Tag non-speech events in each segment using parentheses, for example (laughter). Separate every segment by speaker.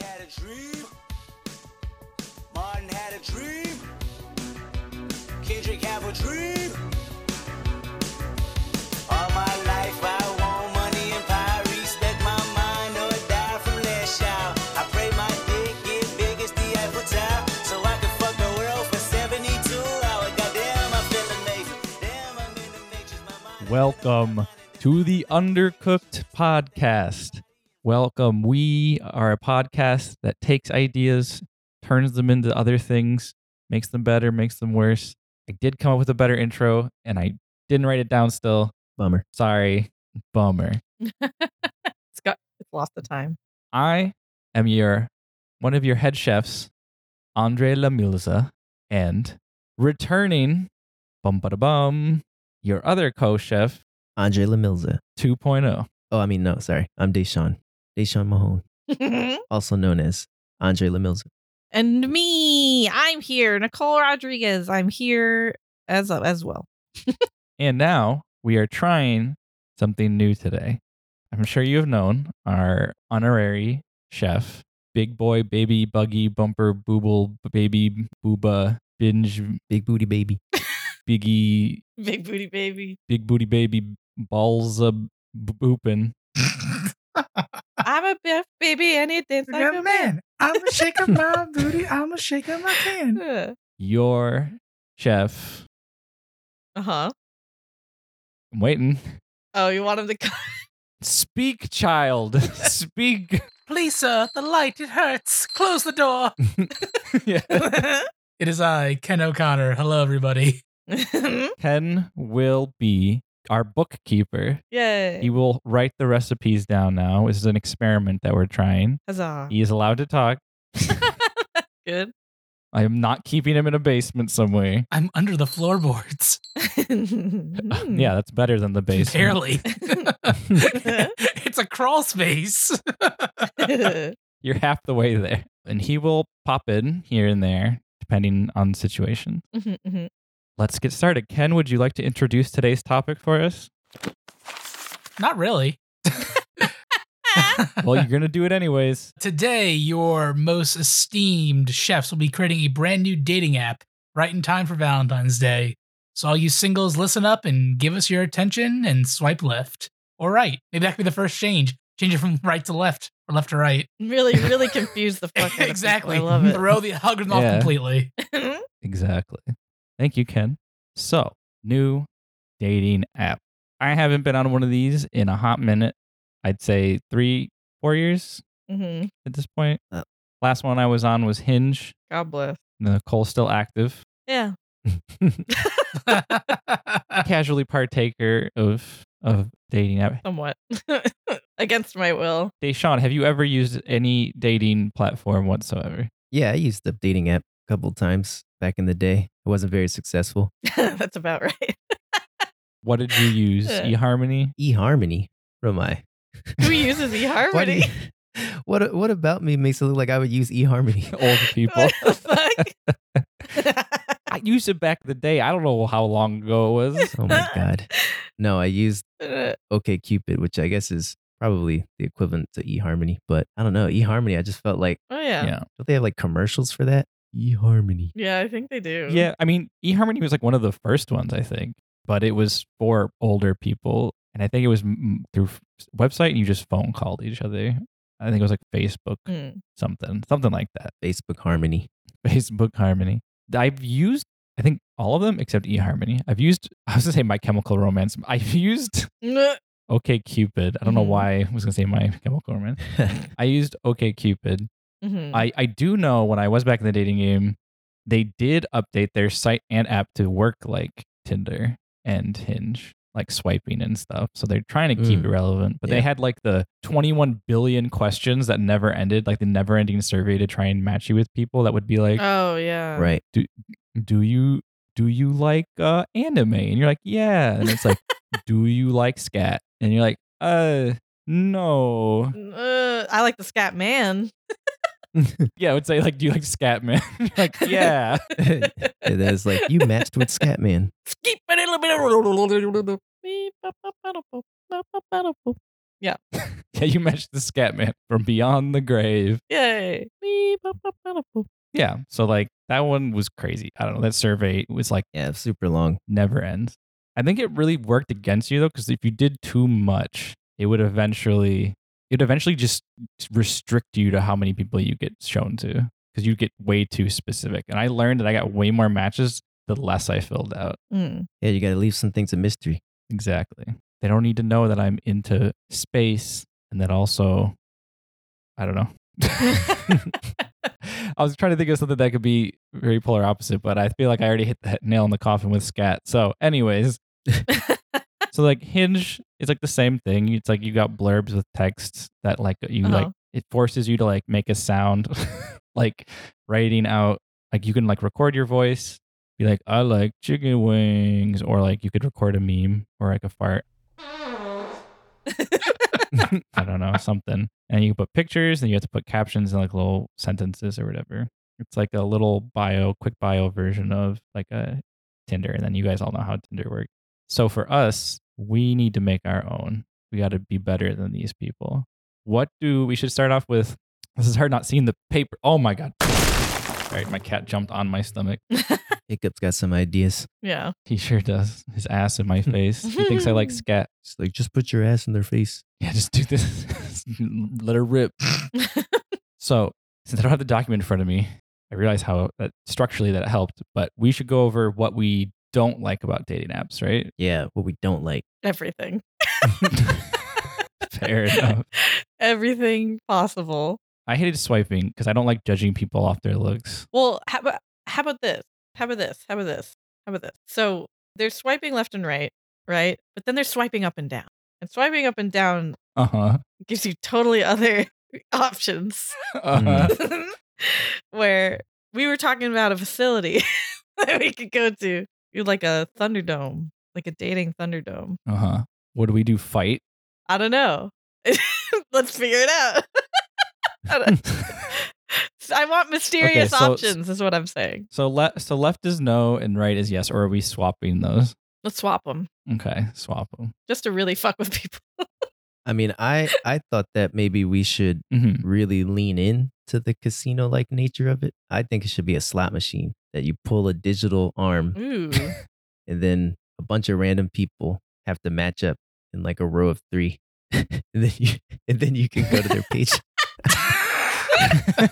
Speaker 1: had a dream. Martin had a dream. Kendrick have a dream. All my life I want money and power. Respect my mind or die from that shout. I pray my dick get big as the Eiffel Tower. So I can fuck the world for 72 hours. Goddamn, I feel amazing. Damn, I'm in the matrix. My mind-
Speaker 2: Welcome to the Undercooked Podcast. Welcome. We are a podcast that takes ideas, turns them into other things, makes them better, makes them worse. I did come up with a better intro and I didn't write it down still.
Speaker 3: Bummer.
Speaker 2: Sorry. Bummer.
Speaker 4: It's got it's lost the time.
Speaker 2: I am your one of your head chefs, Andre Lamulza, and returning bum bada bum, your other co-chef
Speaker 3: Andre Lamilza.
Speaker 2: 2.0.
Speaker 3: Oh, I mean, no, sorry. I'm Deshaun. Deshaun Mahone,
Speaker 4: Mm-hmm.
Speaker 3: also known as Andre Lamilza.
Speaker 4: and me, I'm here, Nicole Rodriguez. I'm here as as well.
Speaker 2: And now we are trying something new today. I'm sure you have known our honorary chef, big boy, baby, buggy, bumper, booble, baby, booba, binge,
Speaker 3: Big
Speaker 4: (laughs)
Speaker 3: booty baby.
Speaker 2: biggie,
Speaker 4: Big booty baby.
Speaker 2: big booty baby, balls a b- boopin.
Speaker 4: (laughs) I'm a biff baby and it dance like a man.
Speaker 5: I'm a
Speaker 4: (laughs)
Speaker 5: shaking my booty. I'm a shaking my can.
Speaker 4: Uh
Speaker 2: Your chef.
Speaker 4: huh.
Speaker 2: I'm waiting.
Speaker 4: Oh, you want him (laughs) to come?
Speaker 2: Speak, child. Speak.
Speaker 5: Please, sir, the light, it hurts. Close the (laughs) door. (laughs)
Speaker 2: yeah.
Speaker 5: It is I, Ken O'Connor. Hello, everybody.
Speaker 4: Mm-hmm.
Speaker 2: Ken will be our bookkeeper. He
Speaker 4: Yay!
Speaker 2: will write the recipes down now. This is an experiment that we're trying.
Speaker 4: Huzzah!
Speaker 2: He is allowed to talk.
Speaker 4: (laughs) Good.
Speaker 2: I am not keeping him in a basement somewhere.
Speaker 5: I'm under the floorboards.
Speaker 4: (laughs) Hmm. Mm-hmm.
Speaker 2: Yeah, that's better than the (laughs) basement.
Speaker 5: (laughs) Barely. it's a crawl space.
Speaker 2: (laughs)
Speaker 5: (laughs)
Speaker 4: Mm-hmm.
Speaker 2: You're half the way there. And he will pop in here and there, depending on the situation.
Speaker 4: Mm-hmm.
Speaker 2: Let's get started. Ken, would you like to introduce today's topic for us?
Speaker 5: Not (laughs) really.
Speaker 2: Well, you're going to do it anyways.
Speaker 5: Today, your most esteemed chefs will be creating a brand new dating app right in time for Valentine's Day. So, all you singles, listen up and give us your attention and swipe left or right. Maybe that could be the first change. Change it from right to left or left to right.
Speaker 4: really, really confused
Speaker 5: (laughs)
Speaker 4: the fuck. out of people. (laughs)
Speaker 5: exactly.
Speaker 4: I love it.
Speaker 5: Throw the algorithm off
Speaker 2: Yeah.
Speaker 5: completely.
Speaker 4: Mm-hmm.
Speaker 2: Exactly. Thank you, Ken. So, new dating app. I haven't been on one of these in a hot minute. I'd say three, four years
Speaker 4: Mhm.
Speaker 2: at this point.
Speaker 3: Oh.
Speaker 2: Last one I was on was Hinge.
Speaker 4: God bless.
Speaker 2: Nicole's still active.
Speaker 4: Yeah.
Speaker 2: Casually partaker of of dating app.
Speaker 4: somewhat (laughs) against my will. (laughs)
Speaker 2: Deshaun, have you ever used any dating platform whatsoever?
Speaker 3: Yeah, I used the dating app a couple times back in the day. I wasn't very successful.
Speaker 4: That's about right.
Speaker 3: (laughs)
Speaker 2: What did you use?
Speaker 4: Yeah.
Speaker 2: eHarmony?
Speaker 3: eHarmony. What am I?
Speaker 4: Who uses
Speaker 3: (laughs) Why do
Speaker 4: (laughs) eHarmony?
Speaker 3: you- (laughs) What, what about me makes it look like I would use eHarmony?
Speaker 2: Old people. (laughs)
Speaker 4: What the fuck?
Speaker 2: I used it back in the day. I don't know how long ago it was.
Speaker 3: (laughs)
Speaker 4: (laughs)
Speaker 3: Oh my God. No, I used
Speaker 4: Uh,
Speaker 3: OKCupid, which I guess is probably the equivalent to eHarmony. But I don't know. eHarmony, I just felt like,
Speaker 4: oh yeah. yeah,
Speaker 2: Yeah.
Speaker 3: don't they have like commercials for that? eHarmony.
Speaker 4: I think they do.
Speaker 2: Yeah, I mean, eHarmony was like one of the first ones, I think, but it was for older people, and I think it was mm, through f- website. And you just phone called each other. I think it was like Facebook
Speaker 4: Mm.
Speaker 2: something, something like that.
Speaker 3: Facebook Harmony.
Speaker 2: Facebook Harmony. I've used, I think, all of them except eHarmony. I've used. (laughs) I was gonna say My Chemical Romance. I've used
Speaker 4: Nuh.
Speaker 2: OK Cupid. I don't know
Speaker 4: Mhm.
Speaker 2: why I was gonna say My Chemical Romance. I used OK Cupid.
Speaker 4: Mhm.
Speaker 2: I, I do know when I was back in the dating game, they did update their site and app to work like Tinder and Hinge, like swiping and stuff. So they're trying to keep it relevant. But they
Speaker 3: Yeah.
Speaker 2: had like the 21 billion questions that never ended, like the never ending survey to try and match you with people that would be like,
Speaker 4: oh yeah.
Speaker 3: (laughs) right.
Speaker 2: Do you do you like uh anime? And you're like, Yeah. And it's like, Do you like scat? And you're like, uh no.
Speaker 4: Uh, I like the Scat Man.
Speaker 2: Yeah, I would say like, do you like scat man? (laughs) You're like,
Speaker 4: (laughs)
Speaker 2: yeah.
Speaker 3: and then it's like you matched with Scatman.
Speaker 4: Skip a little bit. of- Yeah.
Speaker 2: yeah, you matched the Scatman from Beyond the Grave.
Speaker 4: Yay. Beep, bop, bop, bada, boop.
Speaker 2: Yeah. So like that one was crazy. I don't know. That survey was like
Speaker 3: Yeah, super long.
Speaker 2: never ends. I think it really worked against you though, because if you did too much, it would eventually it would eventually just restrict you to how many people you get shown to. Because you get way too specific. And I learned that I got way more matches the less I filled out.
Speaker 4: Mm.
Speaker 3: Yeah, you got to leave some things a mystery.
Speaker 2: Exactly. They don't need to know that I'm into space and that also, I don't know. I was trying to think of something that could be very polar opposite, but I feel like I already hit the nail on the coffin with scat. So, anyways, so like Hinge is like the same thing. It's like you got blurbs with texts that like you
Speaker 4: Uh-huh.
Speaker 2: like it forces you to like make a sound, (laughs) like writing out like you can like record your voice, be like I like chicken wings, or like you could record a meme or like a fart. I don't know something, and you put pictures, and you have to put captions and like little sentences or whatever. It's like a little bio, quick bio version of like a Tinder, and then you guys all know how Tinder works. So for us, we need to make our own. We got to be better than these people. What do we should start off with? This is hard not seeing the paper. Oh my god! All right, my cat jumped on my stomach.
Speaker 3: Hiccup's got some ideas.
Speaker 4: (laughs) yeah. (laughs)
Speaker 2: He sure does. His ass in my face. he thinks I like scat.
Speaker 3: It's like just put your ass in their face.
Speaker 2: Yeah, just do this. (laughs) Let her rip. so since I don't have the document in front of me, I realize how that structurally that helped. But we should go over what we don't like about dating apps, right?
Speaker 3: Yeah, what we don't like.
Speaker 4: Everything.
Speaker 2: Fair enough.
Speaker 4: Everything possible.
Speaker 2: I hated swiping because I don't like judging people off their looks.
Speaker 4: Well, how about how about this? How about this? How about this? How about this? So they're swiping left and right, right? But then they're swiping up and down. And swiping up and down
Speaker 2: Uh huh.
Speaker 4: gives you totally (laughs) other options. (laughs)
Speaker 2: Uh-huh.
Speaker 4: Where we were talking about a facility (laughs) that we could go to. You're like a Thunderdome, like a dating Thunderdome.
Speaker 2: Uh huh. What do we do? Fight?
Speaker 4: I don't know. (laughs) Let's figure it out. (laughs) I, don't- (laughs) I want mysterious
Speaker 2: so-
Speaker 4: options, is what I'm saying.
Speaker 2: So left. So left is no, and right is yes. Or are we swapping those?
Speaker 4: Let's swap them
Speaker 2: Okay, swap them.
Speaker 4: just to really fuck with people.
Speaker 3: I mean, I I thought that maybe we should
Speaker 2: Mm-hmm.
Speaker 3: really lean in to the casino like nature of it. I think it should be a slot machine that you pull a digital arm Mm.
Speaker 4: (laughs) Ooh.
Speaker 3: and then a bunch of random people have to match up in like a row of 3. (laughs) and then you and then you can go to their (laughs) page.
Speaker 4: they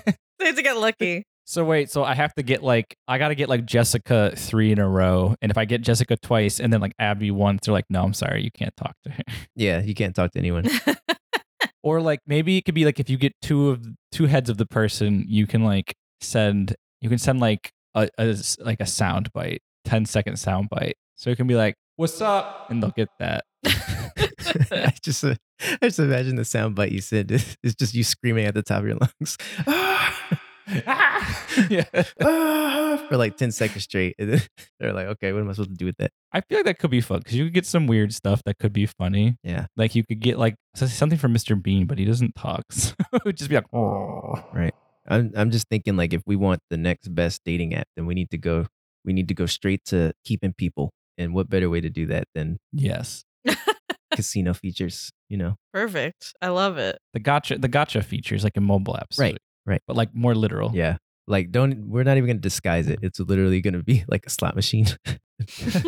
Speaker 4: have to get (laughs) lucky.
Speaker 2: So wait, so I have to get like I gotta get like Jessica three in a row, and if I get Jessica twice and then like Abby once, they're like, no, I'm sorry, you can't talk to her. (laughs)
Speaker 3: yeah, you can't talk to anyone.
Speaker 2: Or like maybe it could be like if you get two of two heads of the person, you can like send you can send like a, a s- like a sound bite, 10 second sound bite. So it can be like, what's up? And they'll get (laughs) that.
Speaker 3: (laughs) I just uh, I just imagine the soundbite you said is is just you screaming at the top of your (laughs) lungs
Speaker 2: (laughs) yeah.
Speaker 3: for like 10 seconds straight. And then (laughs) they're like, okay, what am I supposed to do with that?
Speaker 2: I feel like that could be fun because you could get some weird stuff that could be funny.
Speaker 3: Yeah.
Speaker 2: Like you could get like so- something from Mr. Bean, but he doesn't talk. (laughs) So it would just be like, "Oh."
Speaker 3: I'm I'm just thinking like if we want the next best dating app, then we need to go we need to go straight to keeping people. And what better way to do that than
Speaker 2: yes.
Speaker 3: casino features, you know?
Speaker 4: Perfect. I love it.
Speaker 2: The gotcha the gotcha features like in mobile apps.
Speaker 3: Right, right.
Speaker 2: But like more literal.
Speaker 3: Yeah. Like don't we're not even gonna disguise it. It's literally gonna be like a slot machine.
Speaker 2: (laughs)
Speaker 3: (laughs)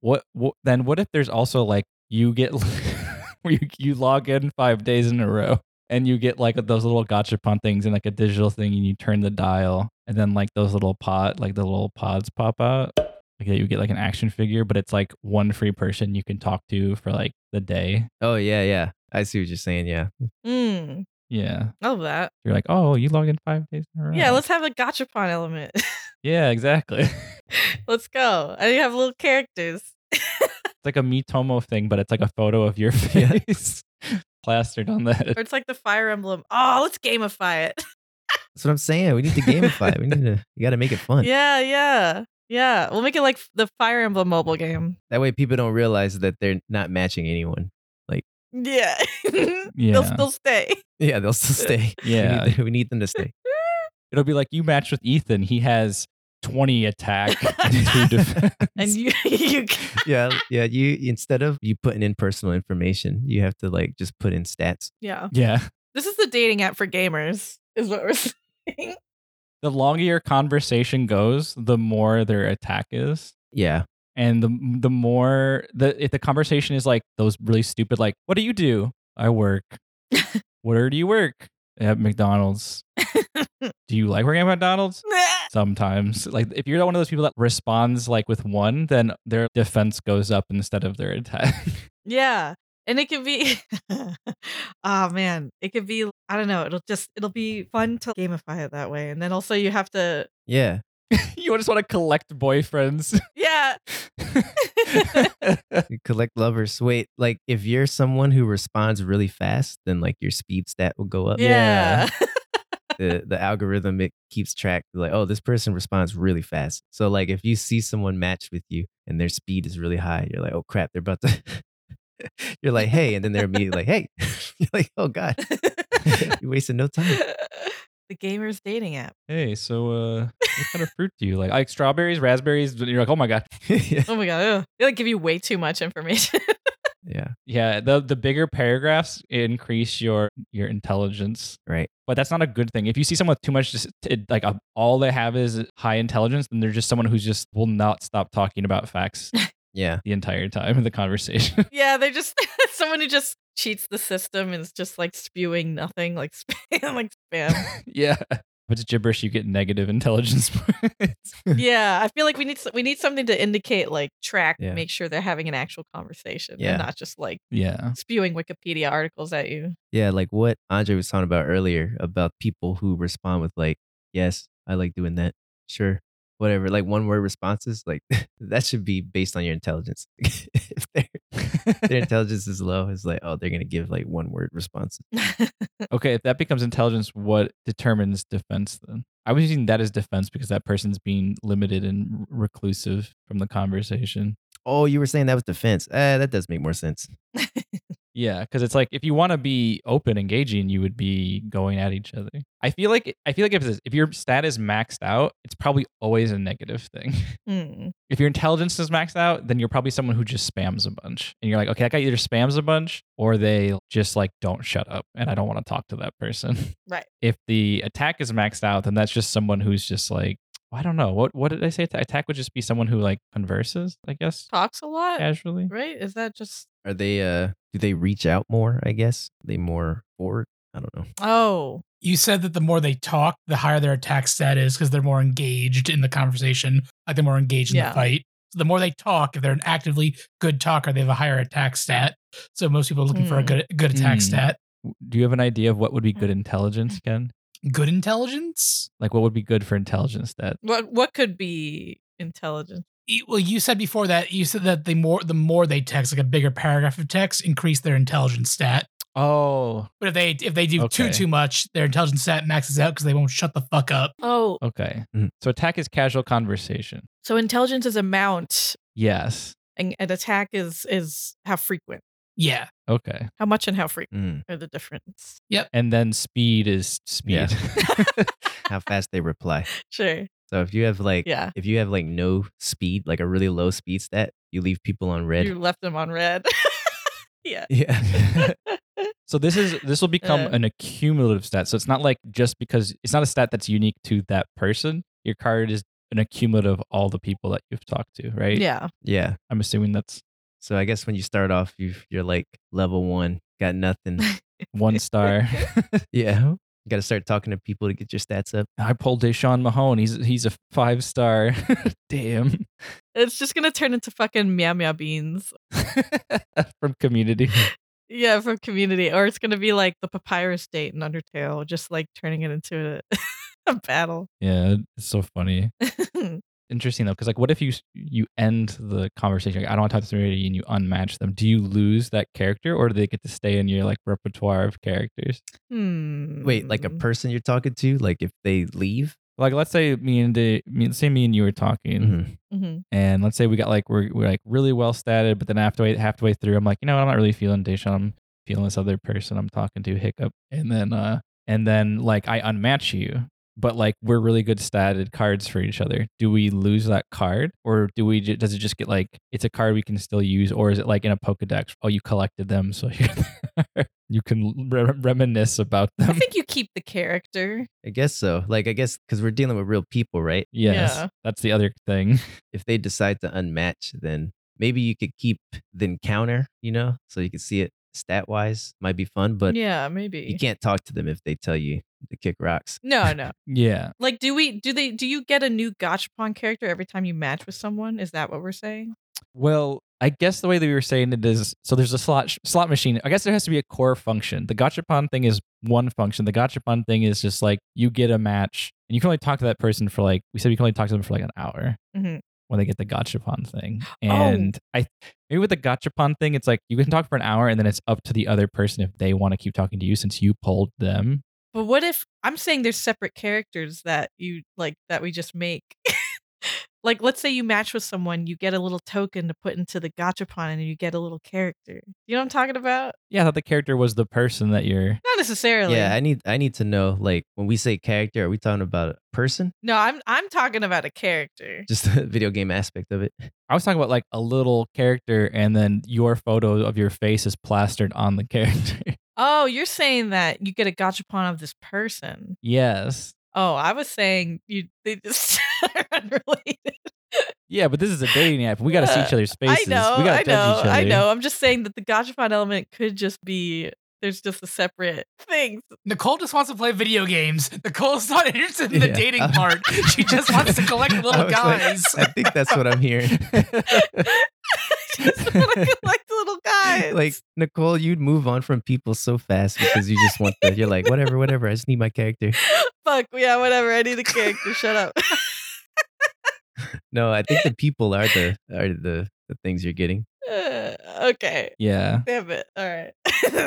Speaker 2: what, what then what if there's also like you get (laughs) where you, you log in five days in a row and you get like those little gachapon things and like a digital thing and you turn the dial and then like those little pod like the little pods pop out like that you get like an action figure but it's like one free person you can talk to for like the day
Speaker 3: oh yeah, yeah. I see what you're saying, yeah.
Speaker 4: Mm,
Speaker 2: yeah
Speaker 4: I love that.
Speaker 2: you're like oh you log in five days in a row
Speaker 4: Yeah, let's have a gachapon element. (laughs)
Speaker 2: yeah exactly (laughs) it's
Speaker 4: let's go. I have little characters.
Speaker 2: like a mitomo thing but it's like a photo of your (laughs)
Speaker 3: Yeah.
Speaker 2: face plastered on the
Speaker 4: Or it's like the fire emblem. Oh, let's gamify it.
Speaker 3: That's what I'm saying. We need to gamify it. We need to you gotta make it fun.
Speaker 4: yeah, yeah. Yeah. We'll make it like the fire emblem mobile game.
Speaker 3: That way people don't realize that they're not matching anyone. (laughs)
Speaker 4: Yeah. (laughs)
Speaker 2: yeah
Speaker 4: They'll still (laughs) stay. (laughs)
Speaker 3: Yeah, (laughs) they'll still stay.
Speaker 2: (laughs)
Speaker 3: We need
Speaker 2: yeah
Speaker 3: (laughs) them- we need them to stay.
Speaker 2: It'll be like you match with Ethan. He has twenty
Speaker 4: (laughs)
Speaker 2: attack (laughs) and two defense.
Speaker 4: and you, (laughs) you
Speaker 3: yeah, yeah. You instead of you putting in personal information, you have to like just put in stats.
Speaker 4: yeah.
Speaker 2: (laughs) yeah.
Speaker 4: This is the dating app for gamers, is what we're (laughs) saying.
Speaker 2: The longer your conversation goes, the more their attack is.
Speaker 3: Yeah,
Speaker 2: and the the more the if the conversation is like those really stupid like what do you do i
Speaker 4: (laughs)
Speaker 2: work where do you work at mcdonald's
Speaker 4: (laughs)
Speaker 2: do you like working at mcdonald's sometimes like if you're one of those people that responds like with one then their defense goes up instead of their attack (laughs)
Speaker 4: yeah. And it can be (laughs) Oh man, it could be I don't know, it'll just it'll be fun to gamify it that way. And then also you have to
Speaker 3: (laughs) yeah.
Speaker 2: you just want to collect boyfriends (laughs)
Speaker 4: Yeah.
Speaker 3: You collect lovers. Wait, like if you're someone who responds really fast, then like your speed stat will go up.
Speaker 4: Yeah.
Speaker 3: (laughs)
Speaker 4: (laughs)
Speaker 3: the the algorithm it keeps track like oh this person responds really fast so like if you see someone matched with you and their speed is really high you're like oh crap they're about to (laughs) you're like hey and then they're immediately like hey (laughs) you're like oh god (laughs) you wasted no time (laughs)
Speaker 4: the gamers dating app.
Speaker 2: hey so uh what kind of fruit do you like I like strawberries raspberries you're like oh my god
Speaker 3: yeah
Speaker 4: Oh my god. Ugh. They like give you way too much information. (laughs)
Speaker 3: yeah
Speaker 2: Yeah, the the bigger paragraphs increase your your intelligence,
Speaker 3: Right.
Speaker 2: But that's not a good thing. If you see someone with too much, just it, like a, all they have is high intelligence, then they're just someone who's just will not stop talking about facts
Speaker 3: yeah
Speaker 2: the entire time of the conversation.
Speaker 4: yeah, they're just (laughs) someone who just cheats the system and is just like spewing nothing like (laughs) spam like spam.
Speaker 3: (laughs)
Speaker 2: yeah, if it's gibberish, you get negative intelligence (laughs) points.
Speaker 4: yeah, I feel like we need s- we need something to indicate like track,
Speaker 3: Yeah.
Speaker 4: make sure they're having an actual conversation
Speaker 3: Yeah.
Speaker 4: and not just like
Speaker 2: yeah,
Speaker 4: spewing Wikipedia articles at (laughs) you.
Speaker 3: yeah like what andre was talking about earlier about people who respond with like yes i like doing that sure whatever like one word responses like (laughs) that should be based on your intelligence (laughs) if their, their intelligence is low it's like oh they're gonna give like one word responses
Speaker 2: okay. If that becomes intelligence, what determines defense then? I was using that as defense because that person's being limited and reclusive from the conversation.
Speaker 3: Oh, you were saying that was defense. Eh, that does make more sense.
Speaker 2: Yeah, because it's like if you want to be open, engaging, you would be going at each other. I feel like I feel like if it's, if your stat is maxed out, it's probably always a negative thing.
Speaker 4: Hmm.
Speaker 2: if your intelligence is maxed out, then you're probably someone who just spams a bunch, and you're like, okay, that guy either spams a bunch or they just like don't shut up, and I don't want to talk to that person. (laughs)
Speaker 4: Right.
Speaker 2: If the attack is maxed out, then that's just someone who's just like, I don't know, what what did I say? Attack would just be someone who like converses, I guess,
Speaker 4: Talks a
Speaker 2: Uh,
Speaker 4: lot,
Speaker 2: casually.
Speaker 4: right? Is that just
Speaker 3: Are they uh do they reach out more, I guess? Are they more forward? I don't know.
Speaker 4: oh
Speaker 5: You said that the more they talk, the higher their attack stat is because they're more engaged in the conversation, like they're more engaged in
Speaker 4: Yeah.
Speaker 5: the fight. So the more they talk, if they're an actively good talker, they have a higher attack stat. So most people are looking for a
Speaker 4: Hmm.
Speaker 5: good good attack
Speaker 2: Hmm.
Speaker 5: stat.
Speaker 2: Do you have an idea of what would be good intelligence, Ken?
Speaker 5: Good intelligence?
Speaker 2: Like what would be good for intelligence stat?
Speaker 4: what what could be intelligent?
Speaker 5: You- E, Well, you said before that you said that the more the more they text, like a bigger paragraph of text, increase their intelligence stat.
Speaker 2: Oh,
Speaker 5: But if they if they do too
Speaker 2: Okay.
Speaker 5: too much, their intelligence stat maxes out because they won't shut the fuck up.
Speaker 4: Oh,
Speaker 2: okay.
Speaker 3: Mhm.
Speaker 2: Mm. So attack is casual conversation.
Speaker 4: so intelligence is amount,
Speaker 2: Yes.
Speaker 4: and an attack is is how frequent,
Speaker 5: Yeah,
Speaker 2: Okay.
Speaker 4: how much, and how frequent
Speaker 3: Mm,
Speaker 4: are the difference?
Speaker 2: And then speed is speed. (laughs)
Speaker 3: how fast they reply.
Speaker 4: Sure.
Speaker 3: So if you have like
Speaker 4: Yeah.
Speaker 3: if you have like no speed, like a really low speed stat, you leave people on red.
Speaker 4: You left them on red. (laughs) yeah. (laughs)
Speaker 3: yeah. (laughs)
Speaker 2: so this is this will become
Speaker 4: Uh.
Speaker 2: an accumulative stat. So it's not like just because it's not a stat that's unique to that person. Your card is an accumulative of all the people that you've talked to, right?
Speaker 4: Yeah.
Speaker 3: yeah.
Speaker 2: I'm assuming that's
Speaker 3: So I guess when you start off, you you're like level one, got nothing.
Speaker 2: one star.
Speaker 3: yeah. You gotta start talking to people to get your stats up.
Speaker 2: I pulled Deshaun Mahone. He's he's a five star. (laughs) Damn. (laughs)
Speaker 4: It's just gonna turn into fucking meow meow beans.
Speaker 2: From community.
Speaker 4: Yeah, from community. Or it's gonna be like the papyrus date in Undertale, just like turning it into a, (laughs) a battle.
Speaker 2: Yeah, it's so funny. Interesting though, because like, what if you s- you end the conversation? Like, I don't want to talk to somebody, and you unmatch them. Do you lose that character, or do they get to stay in your like repertoire of characters?
Speaker 4: (laughs) hmm.
Speaker 3: Wait, like a person you're talking to, like if they leave?
Speaker 2: Like, let's say me and Da- me, let's say me and you were talking,
Speaker 3: Mhm. (laughs)
Speaker 4: Mhm.
Speaker 2: and let's say we got like we're, we're like really well statted, but then halfway halfway through, I'm like, you know, what? I'm not really feeling Deshaun. I'm feeling this other person I'm talking to, hiccup, and then uh, and then like I unmatch you, but like we're really good statted cards for each other. Do we lose that card, or do we? ju- Does it just get like it's a card we can still use, or is it like in a Pokedex? Oh, you collected them, so (laughs) you you can re- reminisce about
Speaker 4: I
Speaker 2: them.
Speaker 4: think you keep the character.
Speaker 3: I guess so. Like, I guess because we're dealing with real people, right?
Speaker 2: Yes,
Speaker 4: (laughs) Yeah.
Speaker 2: that's the other thing. (laughs)
Speaker 3: If they decide to unmatch, then maybe you could keep then counter, you know, so you can see it stat wise. Might be fun, but
Speaker 4: yeah, maybe.
Speaker 3: you can't talk to them if they tell you to kick rocks. (laughs)
Speaker 4: No, no.
Speaker 2: Yeah,
Speaker 4: Like, do we? Do they? Do you get a new Gachapon character every time you match with someone? Is that what we're saying?
Speaker 2: Well, I guess the way that we were saying it is so there's a slot slot machine. I guess there has to be a core function. The gachapon thing is one function. The gachapon thing is just like you get a match and you can only talk to that person for like we said we can only talk to them for like an hour
Speaker 4: Mhm.
Speaker 2: when they get the gachapon thing. And I maybe with the gachapon thing it's like you can talk for an hour and then it's up to the other person if they want to keep talking to you since you pulled them.
Speaker 4: But what if I'm saying there's separate characters that you like that we just make? (laughs) like, let's say you match with someone, you get a little token to put into the Gachapon, and you get a little character. You know what I'm talking about?
Speaker 2: Yeah, I thought the character was the person that you're
Speaker 4: Not necessarily.
Speaker 3: Yeah, I need I need to know like when we say character, are we talking about a person?
Speaker 4: no, I'm I'm talking about a character.
Speaker 3: Just (laughs) the video game aspect of it.
Speaker 2: I was talking about like a little character and then your photo of your face is plastered on the (laughs) character.
Speaker 4: Oh, you're saying that you get a Gachapon of this person.
Speaker 2: Yes.
Speaker 4: Oh, I was saying you they just (laughs) are unrelated.
Speaker 2: Yeah, but this is a dating app. We got to
Speaker 4: (laughs)
Speaker 2: see each other's faces.
Speaker 4: I know,
Speaker 2: we got
Speaker 4: I
Speaker 2: to judge
Speaker 4: know,
Speaker 2: each other.
Speaker 4: I know. I'm just saying that the gachapon element could just be there's just a separate (laughs) thing.
Speaker 5: Nicole just wants to play video games. (laughs) Nicole's not interested (laughs) in the
Speaker 3: Yeah.
Speaker 2: (laughs)
Speaker 5: dating part. (laughs) She just wants to (laughs) collect
Speaker 3: (laughs) I
Speaker 5: little
Speaker 3: was like,
Speaker 5: guys.
Speaker 3: I think that's what I'm
Speaker 5: (laughs)
Speaker 3: hearing. (laughs)
Speaker 4: just (laughs) want to collect little guys.
Speaker 3: like Nicole, you'd move on from people so fast because you just want the you're like, whatever, whatever, I just need my character.
Speaker 4: fuck yeah, whatever. I need a character. Shut up. (laughs)
Speaker 3: No, I think the people are the are the, the things you're getting.
Speaker 4: Uh, okay,
Speaker 2: Yeah.
Speaker 4: damn it. All right.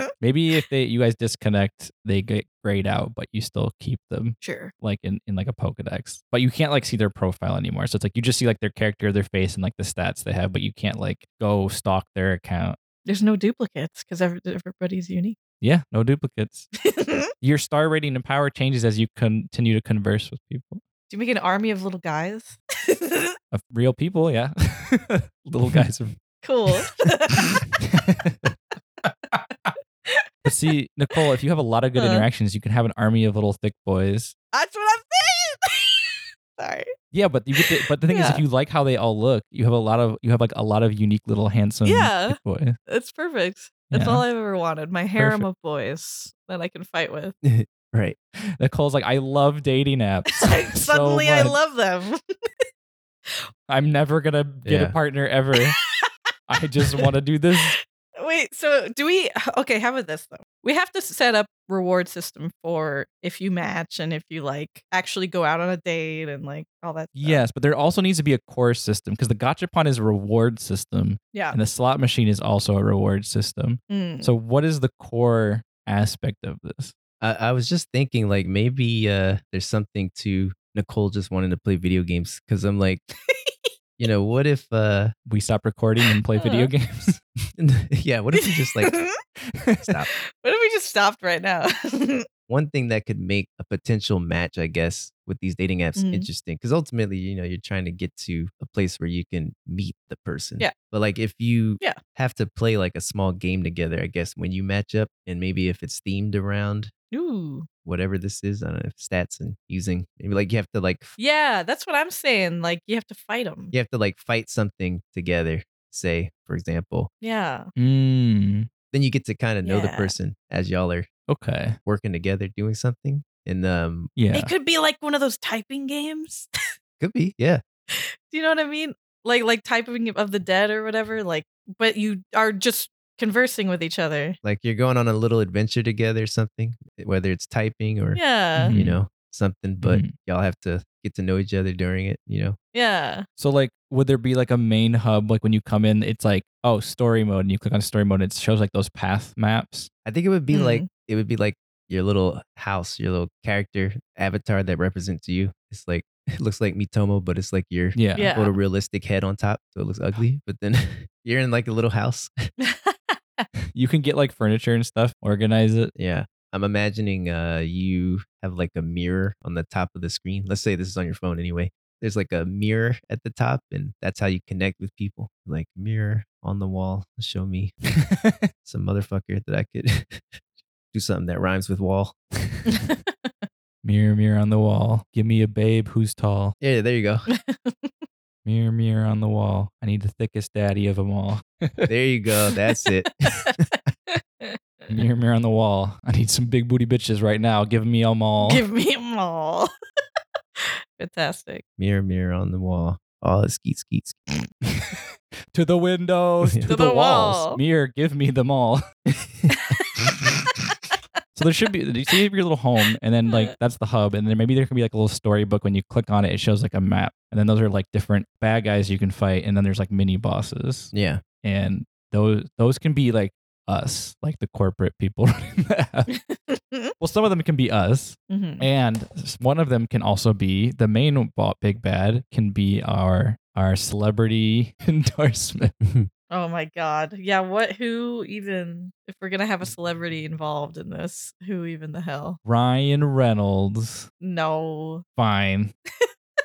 Speaker 4: (laughs)
Speaker 2: Maybe if they you guys disconnect, they get grayed out, but you still keep them
Speaker 4: sure.
Speaker 2: like in, in like a Pokedex. But you can't like see their profile anymore. So it's like you just see like their character, their face, and like the stats they have, but you can't like go stalk their account.
Speaker 4: There's no duplicates because everybody's unique. (laughs)
Speaker 2: Yeah, no duplicates. Your star rating and power changes as you continue to converse with people.
Speaker 4: Do you make an army of little guys?
Speaker 2: Of real people, yeah. (laughs) Little guys are
Speaker 4: (laughs) cool. (laughs)
Speaker 2: But see, Nicole, if you have a lot of good
Speaker 4: Huh.
Speaker 2: interactions, you can have an army of little thick boys.
Speaker 4: That's what I'm saying. (laughs) Sorry.
Speaker 2: Yeah, but you get the, but the thing is, if
Speaker 4: Yeah.
Speaker 2: you like how they all look, you have a lot of you have like a lot of unique little handsome
Speaker 4: Yeah.
Speaker 2: thick (laughs) boy.
Speaker 4: It's perfect. That's
Speaker 2: Yeah.
Speaker 4: all I've ever wanted. My harem
Speaker 2: Perfect.
Speaker 4: of boys that I can fight with.
Speaker 3: (laughs)
Speaker 4: (laughs)
Speaker 3: Right.
Speaker 2: Nicole's like, I love dating apps. (laughs) so
Speaker 4: Suddenly I
Speaker 2: much.
Speaker 4: love them. (laughs)
Speaker 2: I'm never gonna get
Speaker 3: Yeah.
Speaker 2: a partner
Speaker 4: (laughs)
Speaker 2: ever. I just want to do this.
Speaker 4: Wait, so do we okay, how about this though? We have to set up reward system for if you match and if you like actually go out on a date and like all that. stuff.
Speaker 2: Yes, but there also needs to be a core system because the gachapon is a reward system
Speaker 4: Yeah.
Speaker 2: and the slot machine is also a reward system.
Speaker 4: Mm.
Speaker 2: So what is the core aspect of this?
Speaker 3: I, I was just thinking like maybe uh there's something to Nicole just wanting to play video games because I'm
Speaker 5: (laughs)
Speaker 3: like, you know, what if uh (laughs)
Speaker 2: We stop recording and
Speaker 4: (laughs)
Speaker 2: play video
Speaker 4: Uh.
Speaker 2: games. (laughs)
Speaker 3: yeah, what if you
Speaker 4: (laughs)
Speaker 3: just like stop?
Speaker 4: what if we just stopped right now? (laughs)
Speaker 3: one thing that could make a potential match, I guess, with these dating apps
Speaker 4: Mhm.
Speaker 3: interesting. Because ultimately, you know, you're trying to get to a place where you can meet the person.
Speaker 4: Yeah.
Speaker 3: But like if you
Speaker 4: Yeah.
Speaker 3: have to play like a small game together, I guess, when you match up and maybe if it's themed around
Speaker 4: Ooh.
Speaker 3: whatever this is, I don't know if stats and using maybe like you have to like f-
Speaker 4: Yeah, that's what I'm saying. Like you have to fight them.
Speaker 3: you have to like fight something together, say, for example.
Speaker 4: Yeah.
Speaker 2: Mm,
Speaker 3: Then you get to kind of know the
Speaker 4: Yeah.
Speaker 3: person as y'all are
Speaker 2: okay.
Speaker 3: working together doing something. And um
Speaker 2: Yeah.
Speaker 4: It could be like one of those typing games.
Speaker 3: could be, yeah.
Speaker 4: Do you know what I mean? Like like typing of the dead or whatever. Like, but you are just conversing with each other.
Speaker 3: like you're going on a little adventure together or something whether it's typing or
Speaker 4: Yeah, Mm-hmm.
Speaker 2: Mhm.
Speaker 3: you know something but
Speaker 2: Mhm.
Speaker 3: y'all have to get to know each other during it you know
Speaker 4: yeah.
Speaker 3: Mm-hmm.
Speaker 2: So like would there be like a main hub like when you come in it's like oh story mode and you click on story mode and it shows like those path maps.
Speaker 3: i think it would be like
Speaker 4: Mm.
Speaker 3: it would be like your little house your little character avatar that represents you it's like (laughs) it looks like mitomo but it's like your
Speaker 2: Yeah. (laughs)
Speaker 4: Yeah.
Speaker 3: little realistic head on top so it looks ugly but then (laughs) you're in like a little house
Speaker 2: You can get like furniture and stuff, organize it.
Speaker 3: yeah I'm imagining uh you have like a mirror on the top of the screen. Let's say this is on your phone anyway. There's like a mirror at the top, and that's how you connect with people. Like mirror on the wall, show me some motherfucker that I could (laughs) do something that rhymes with wall.
Speaker 2: mirror, mirror on the wall. Give me a babe who's tall.
Speaker 3: Yeah, there you go.
Speaker 2: Mirror, mirror on the wall. I need the thickest daddy of them all.
Speaker 3: There you go. That's
Speaker 4: (laughs)
Speaker 3: it. (laughs)
Speaker 2: Mirror, mirror on the wall. I need some big booty bitches right now. Give me them all.
Speaker 4: Give me them all. (laughs) Fantastic.
Speaker 3: mirror, mirror on the wall. All the skeet skeet. skeet.
Speaker 2: (laughs) to the windows, to,
Speaker 3: To
Speaker 2: the,
Speaker 4: the
Speaker 2: walls.
Speaker 4: wall.
Speaker 2: Mirror, give me them all. (laughs) so there should be you see your little home, and then like that's the hub, and then maybe there can be like a little storybook when you click on it. It shows like a map, and then those are like different bad guys you can fight, and then there's like mini bosses,
Speaker 3: Yeah.
Speaker 2: and those those can be like us, like the corporate people. (laughs) running the app. well, some of them can be us,
Speaker 4: Mhm.
Speaker 2: and s- one of them can also be the main bo- big bad can be our our celebrity (laughs) endorsement.
Speaker 4: Oh my god. Yeah, what who even if we're going to have a celebrity involved in this, who even the hell?
Speaker 2: Ryan Reynolds.
Speaker 4: No.
Speaker 2: Fine.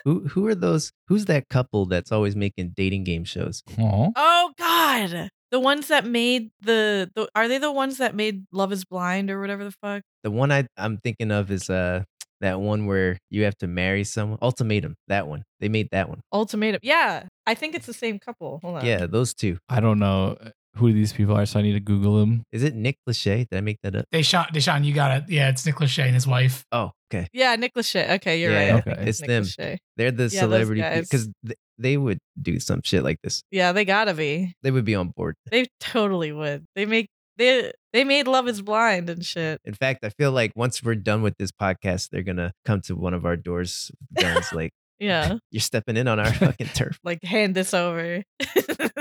Speaker 3: Who who are those? Who's that couple that's always making dating game shows?
Speaker 2: Aw.
Speaker 4: Oh god. The ones that made the, the are they the ones that made Love is Blind or whatever the fuck?
Speaker 3: The one I I'm thinking of is uh that one where you have to marry someone. Ultimatum. That one. They made that one.
Speaker 4: Ultimatum. Yeah. I think it's the same couple. Hold on.
Speaker 3: Yeah, those two.
Speaker 2: I don't know uh, who these people are, so I need to Google them.
Speaker 3: Is it Nick Lachey? Did I make that up?
Speaker 5: Deshaun, Deshaun, you got it. Yeah, it's Nick Lachey and his wife.
Speaker 3: Oh, okay.
Speaker 4: Yeah, Nick Lachey. Okay, you're
Speaker 3: Yeah,
Speaker 4: right. I think
Speaker 2: okay.
Speaker 3: It's them.
Speaker 4: Lachey.
Speaker 3: They're the
Speaker 4: Yeah, those
Speaker 3: celebrity
Speaker 4: guys.
Speaker 3: because th- they would do some shit like this.
Speaker 4: Yeah, they gotta be.
Speaker 3: They would be on board.
Speaker 4: They totally would. They make they they made Love is Blind and shit.
Speaker 3: In fact, I feel like once we're done with this podcast, they're gonna come to one of our doors with guns like (laughs)
Speaker 4: Yeah,
Speaker 3: you're stepping in
Speaker 4: (laughs)
Speaker 3: on our fucking turf.
Speaker 4: like hand this over.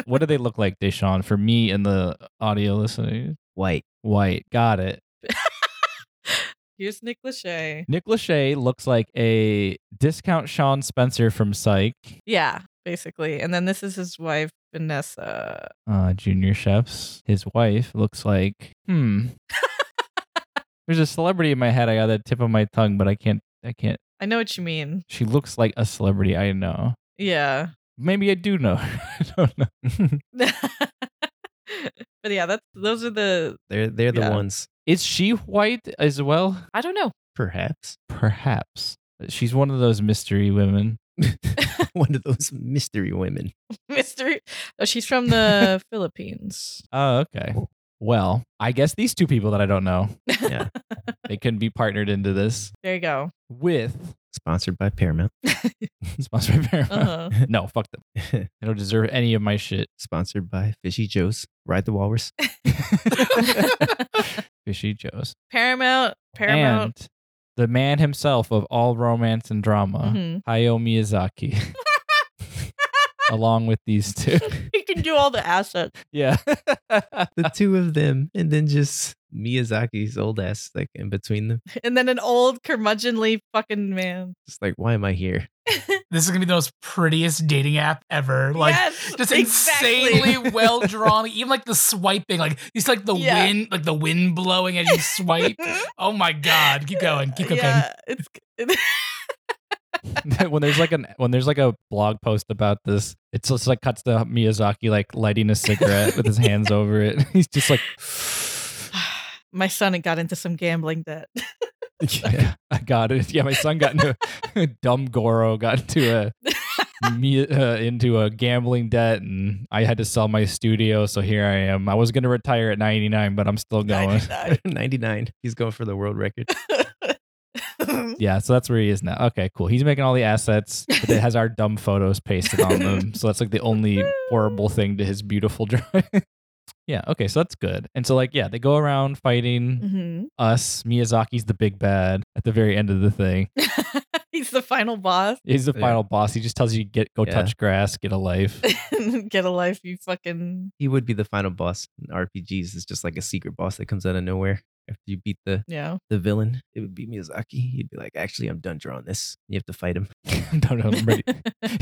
Speaker 2: What do they look like, Deshaun? For me and the audio listening,
Speaker 3: White.
Speaker 2: white. Got it.
Speaker 4: Here's Nick Lachey.
Speaker 2: Nick Lachey looks like a discount Sean Spencer from Psych,
Speaker 4: Yeah, basically. And then this is his wife Vanessa.
Speaker 2: uh, Junior Chefs. His wife looks like hmm. There's a celebrity in my head. I got that tip of my tongue, but I can't. I can't.
Speaker 4: I know what you mean.
Speaker 2: She looks like a celebrity. I know.
Speaker 4: Yeah. (laughs)
Speaker 2: Maybe I do know. (laughs) I don't know.
Speaker 4: but yeah, that's those are the
Speaker 3: They're they're the
Speaker 4: Yeah.
Speaker 3: ones.
Speaker 2: Is she white as well?
Speaker 4: I don't know. (laughs)
Speaker 3: Perhaps. (laughs)
Speaker 2: Perhaps. She's one of those mystery women.
Speaker 3: one of those mystery women.
Speaker 4: Mystery. Oh, she's from
Speaker 3: (laughs)
Speaker 4: the Philippines.
Speaker 2: Oh, okay. Well, I guess these two people that I don't know,
Speaker 3: Yeah.
Speaker 2: they can be partnered into this
Speaker 4: There you go.
Speaker 3: (laughs)
Speaker 2: with (laughs)
Speaker 3: Sponsored by Paramount. (laughs)
Speaker 2: sponsored by Paramount.
Speaker 4: Uh-huh. (laughs)
Speaker 2: No, fuck them. They don't deserve any of my shit. (laughs)
Speaker 3: Sponsored by Fishy Joe's. Ride the Walrus.
Speaker 2: Fishy Joe's.
Speaker 4: Paramount. Paramount.
Speaker 2: And the man himself of all romance and drama,
Speaker 4: Mhm.
Speaker 2: Hayao Miyazaki, along with these two.
Speaker 4: (laughs) He can do all the assets.
Speaker 2: Yeah. (laughs)
Speaker 3: The two of them. And then just Miyazaki's old ass like in between them.
Speaker 4: And then an old curmudgeonly fucking man.
Speaker 3: Just like, why am I here?
Speaker 5: This is gonna be the most prettiest dating app ever. Like
Speaker 4: yes,
Speaker 5: just
Speaker 4: exactly.
Speaker 5: insanely well drawn. Even like the swiping, like it's like the
Speaker 4: Yeah.
Speaker 5: wind, like the wind blowing as you (laughs) swipe. oh my (laughs) god! Keep going, keep cooking.
Speaker 4: Yeah, it's
Speaker 2: when there's like an when there's like a blog post about this, it's just like cuts to Miyazaki like lighting a cigarette with his hands over it. (laughs) He's just like,
Speaker 4: (laughs) my son had got into some gambling debt. (laughs)
Speaker 2: I, I got it. Yeah, my son got into (laughs) dumb Goro got into a me, uh, into a gambling debt, and I had to sell my studio. So here I am. I was gonna retire at 99, but I'm still going.
Speaker 3: (laughs) 99. He's going for the world record.
Speaker 4: (laughs)
Speaker 2: Yeah, so that's where he is now. Okay, cool. He's making all the assets, but it has our dumb photos pasted on
Speaker 3: (laughs)
Speaker 2: them. So that's like the only horrible thing to his beautiful (laughs) drawing. yeah, okay, so that's good. And so, like, yeah, they go around
Speaker 3: Mm-hmm.
Speaker 2: fighting
Speaker 4: hmm
Speaker 2: us. Miyazaki's the big bad at the very end of the thing.
Speaker 4: (laughs) He's the final boss. (laughs)
Speaker 2: He's the
Speaker 3: Yeah.
Speaker 2: final boss. He just tells you, get go
Speaker 3: Yeah.
Speaker 2: touch grass, get a life. (laughs)
Speaker 4: Get a life, you fucking
Speaker 3: He would be the final boss in RPGs. It's just like a secret boss that comes out of nowhere. After you beat the,
Speaker 4: yeah.
Speaker 3: the villain, it would be Miyazaki. He'd be like, actually, I'm done drawing this. You have to fight him.
Speaker 2: I'm done. I'm
Speaker 4: (laughs)
Speaker 3: (laughs)
Speaker 2: ready. (laughs)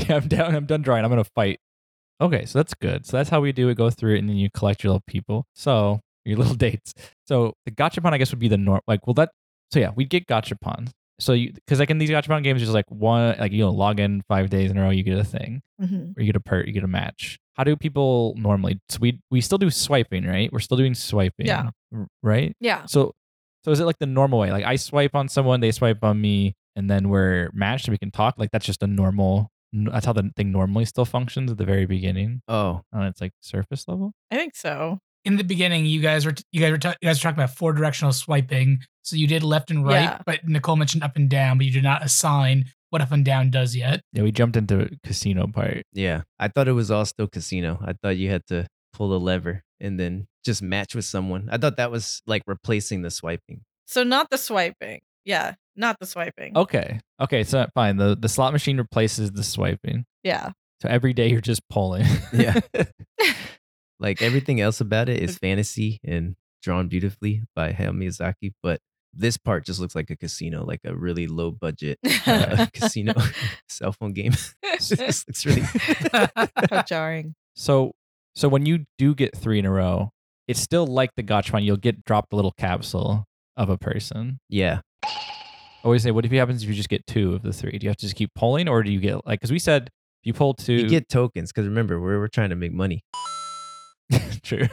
Speaker 2: yeah, I'm down. I'm done drawing. I'm gonna fight. Okay, so that's good. So that's how we do it. Go through it, and then you collect your little people. So your (laughs) little dates. So the gachapon, I guess, would be the norm. Like, well, that. So yeah, we'd get gachapon. So you, because like in these gachapon games, there's like one, like you know, log in five days in a row, you get a thing,
Speaker 4: Mhm.
Speaker 2: or you get a part, you get a match. How do people normally? So we we still do swiping, right? We're still doing swiping.
Speaker 4: Yeah.
Speaker 2: r- Right.
Speaker 4: Yeah.
Speaker 2: So so is it like the normal way? Like I swipe on someone, they swipe on me, and then we're matched and we can talk. Like that's just a normal. n- That's how the thing normally still functions at the very beginning
Speaker 3: Oh,
Speaker 2: on its like surface level.
Speaker 4: I think so.
Speaker 5: in the beginning, you guys were you guys were ta- you guys were talking about four directional swiping. So you did left and right,
Speaker 4: Yeah.
Speaker 5: but Nicole mentioned up and down, but you did not assign what up and down does yet.
Speaker 2: Yeah, we jumped into casino part.
Speaker 3: yeah. I thought it was all still casino. I thought you had to pull a lever and then just match with someone. I thought that was like replacing the swiping.
Speaker 4: So not the swiping. Yeah, not the swiping.
Speaker 5: Oh.
Speaker 2: Okay. Okay, so fine. The the slot machine replaces the swiping.
Speaker 4: Yeah.
Speaker 2: So every day you're just pulling. (laughs)
Speaker 3: Yeah. (laughs) Like everything else about it is fantasy and drawn beautifully by Hayao Miyazaki, but this part just looks like a casino, like a really low (laughs) budget
Speaker 4: (laughs)
Speaker 3: uh, casino cell phone game. (laughs) It's looks (laughs) really
Speaker 4: (laughs) How jarring.
Speaker 2: so so when you do get three in a row, it's still like the gachapon. You'll get dropped a little capsule of a person.
Speaker 3: yeah.
Speaker 2: I always say, what if it happens if you just get two of the three? Do you have to just keep pulling, or do you get like? Because we said if you pull two,
Speaker 3: You get tokens because remember we're we're trying to make money,
Speaker 2: (laughs) true.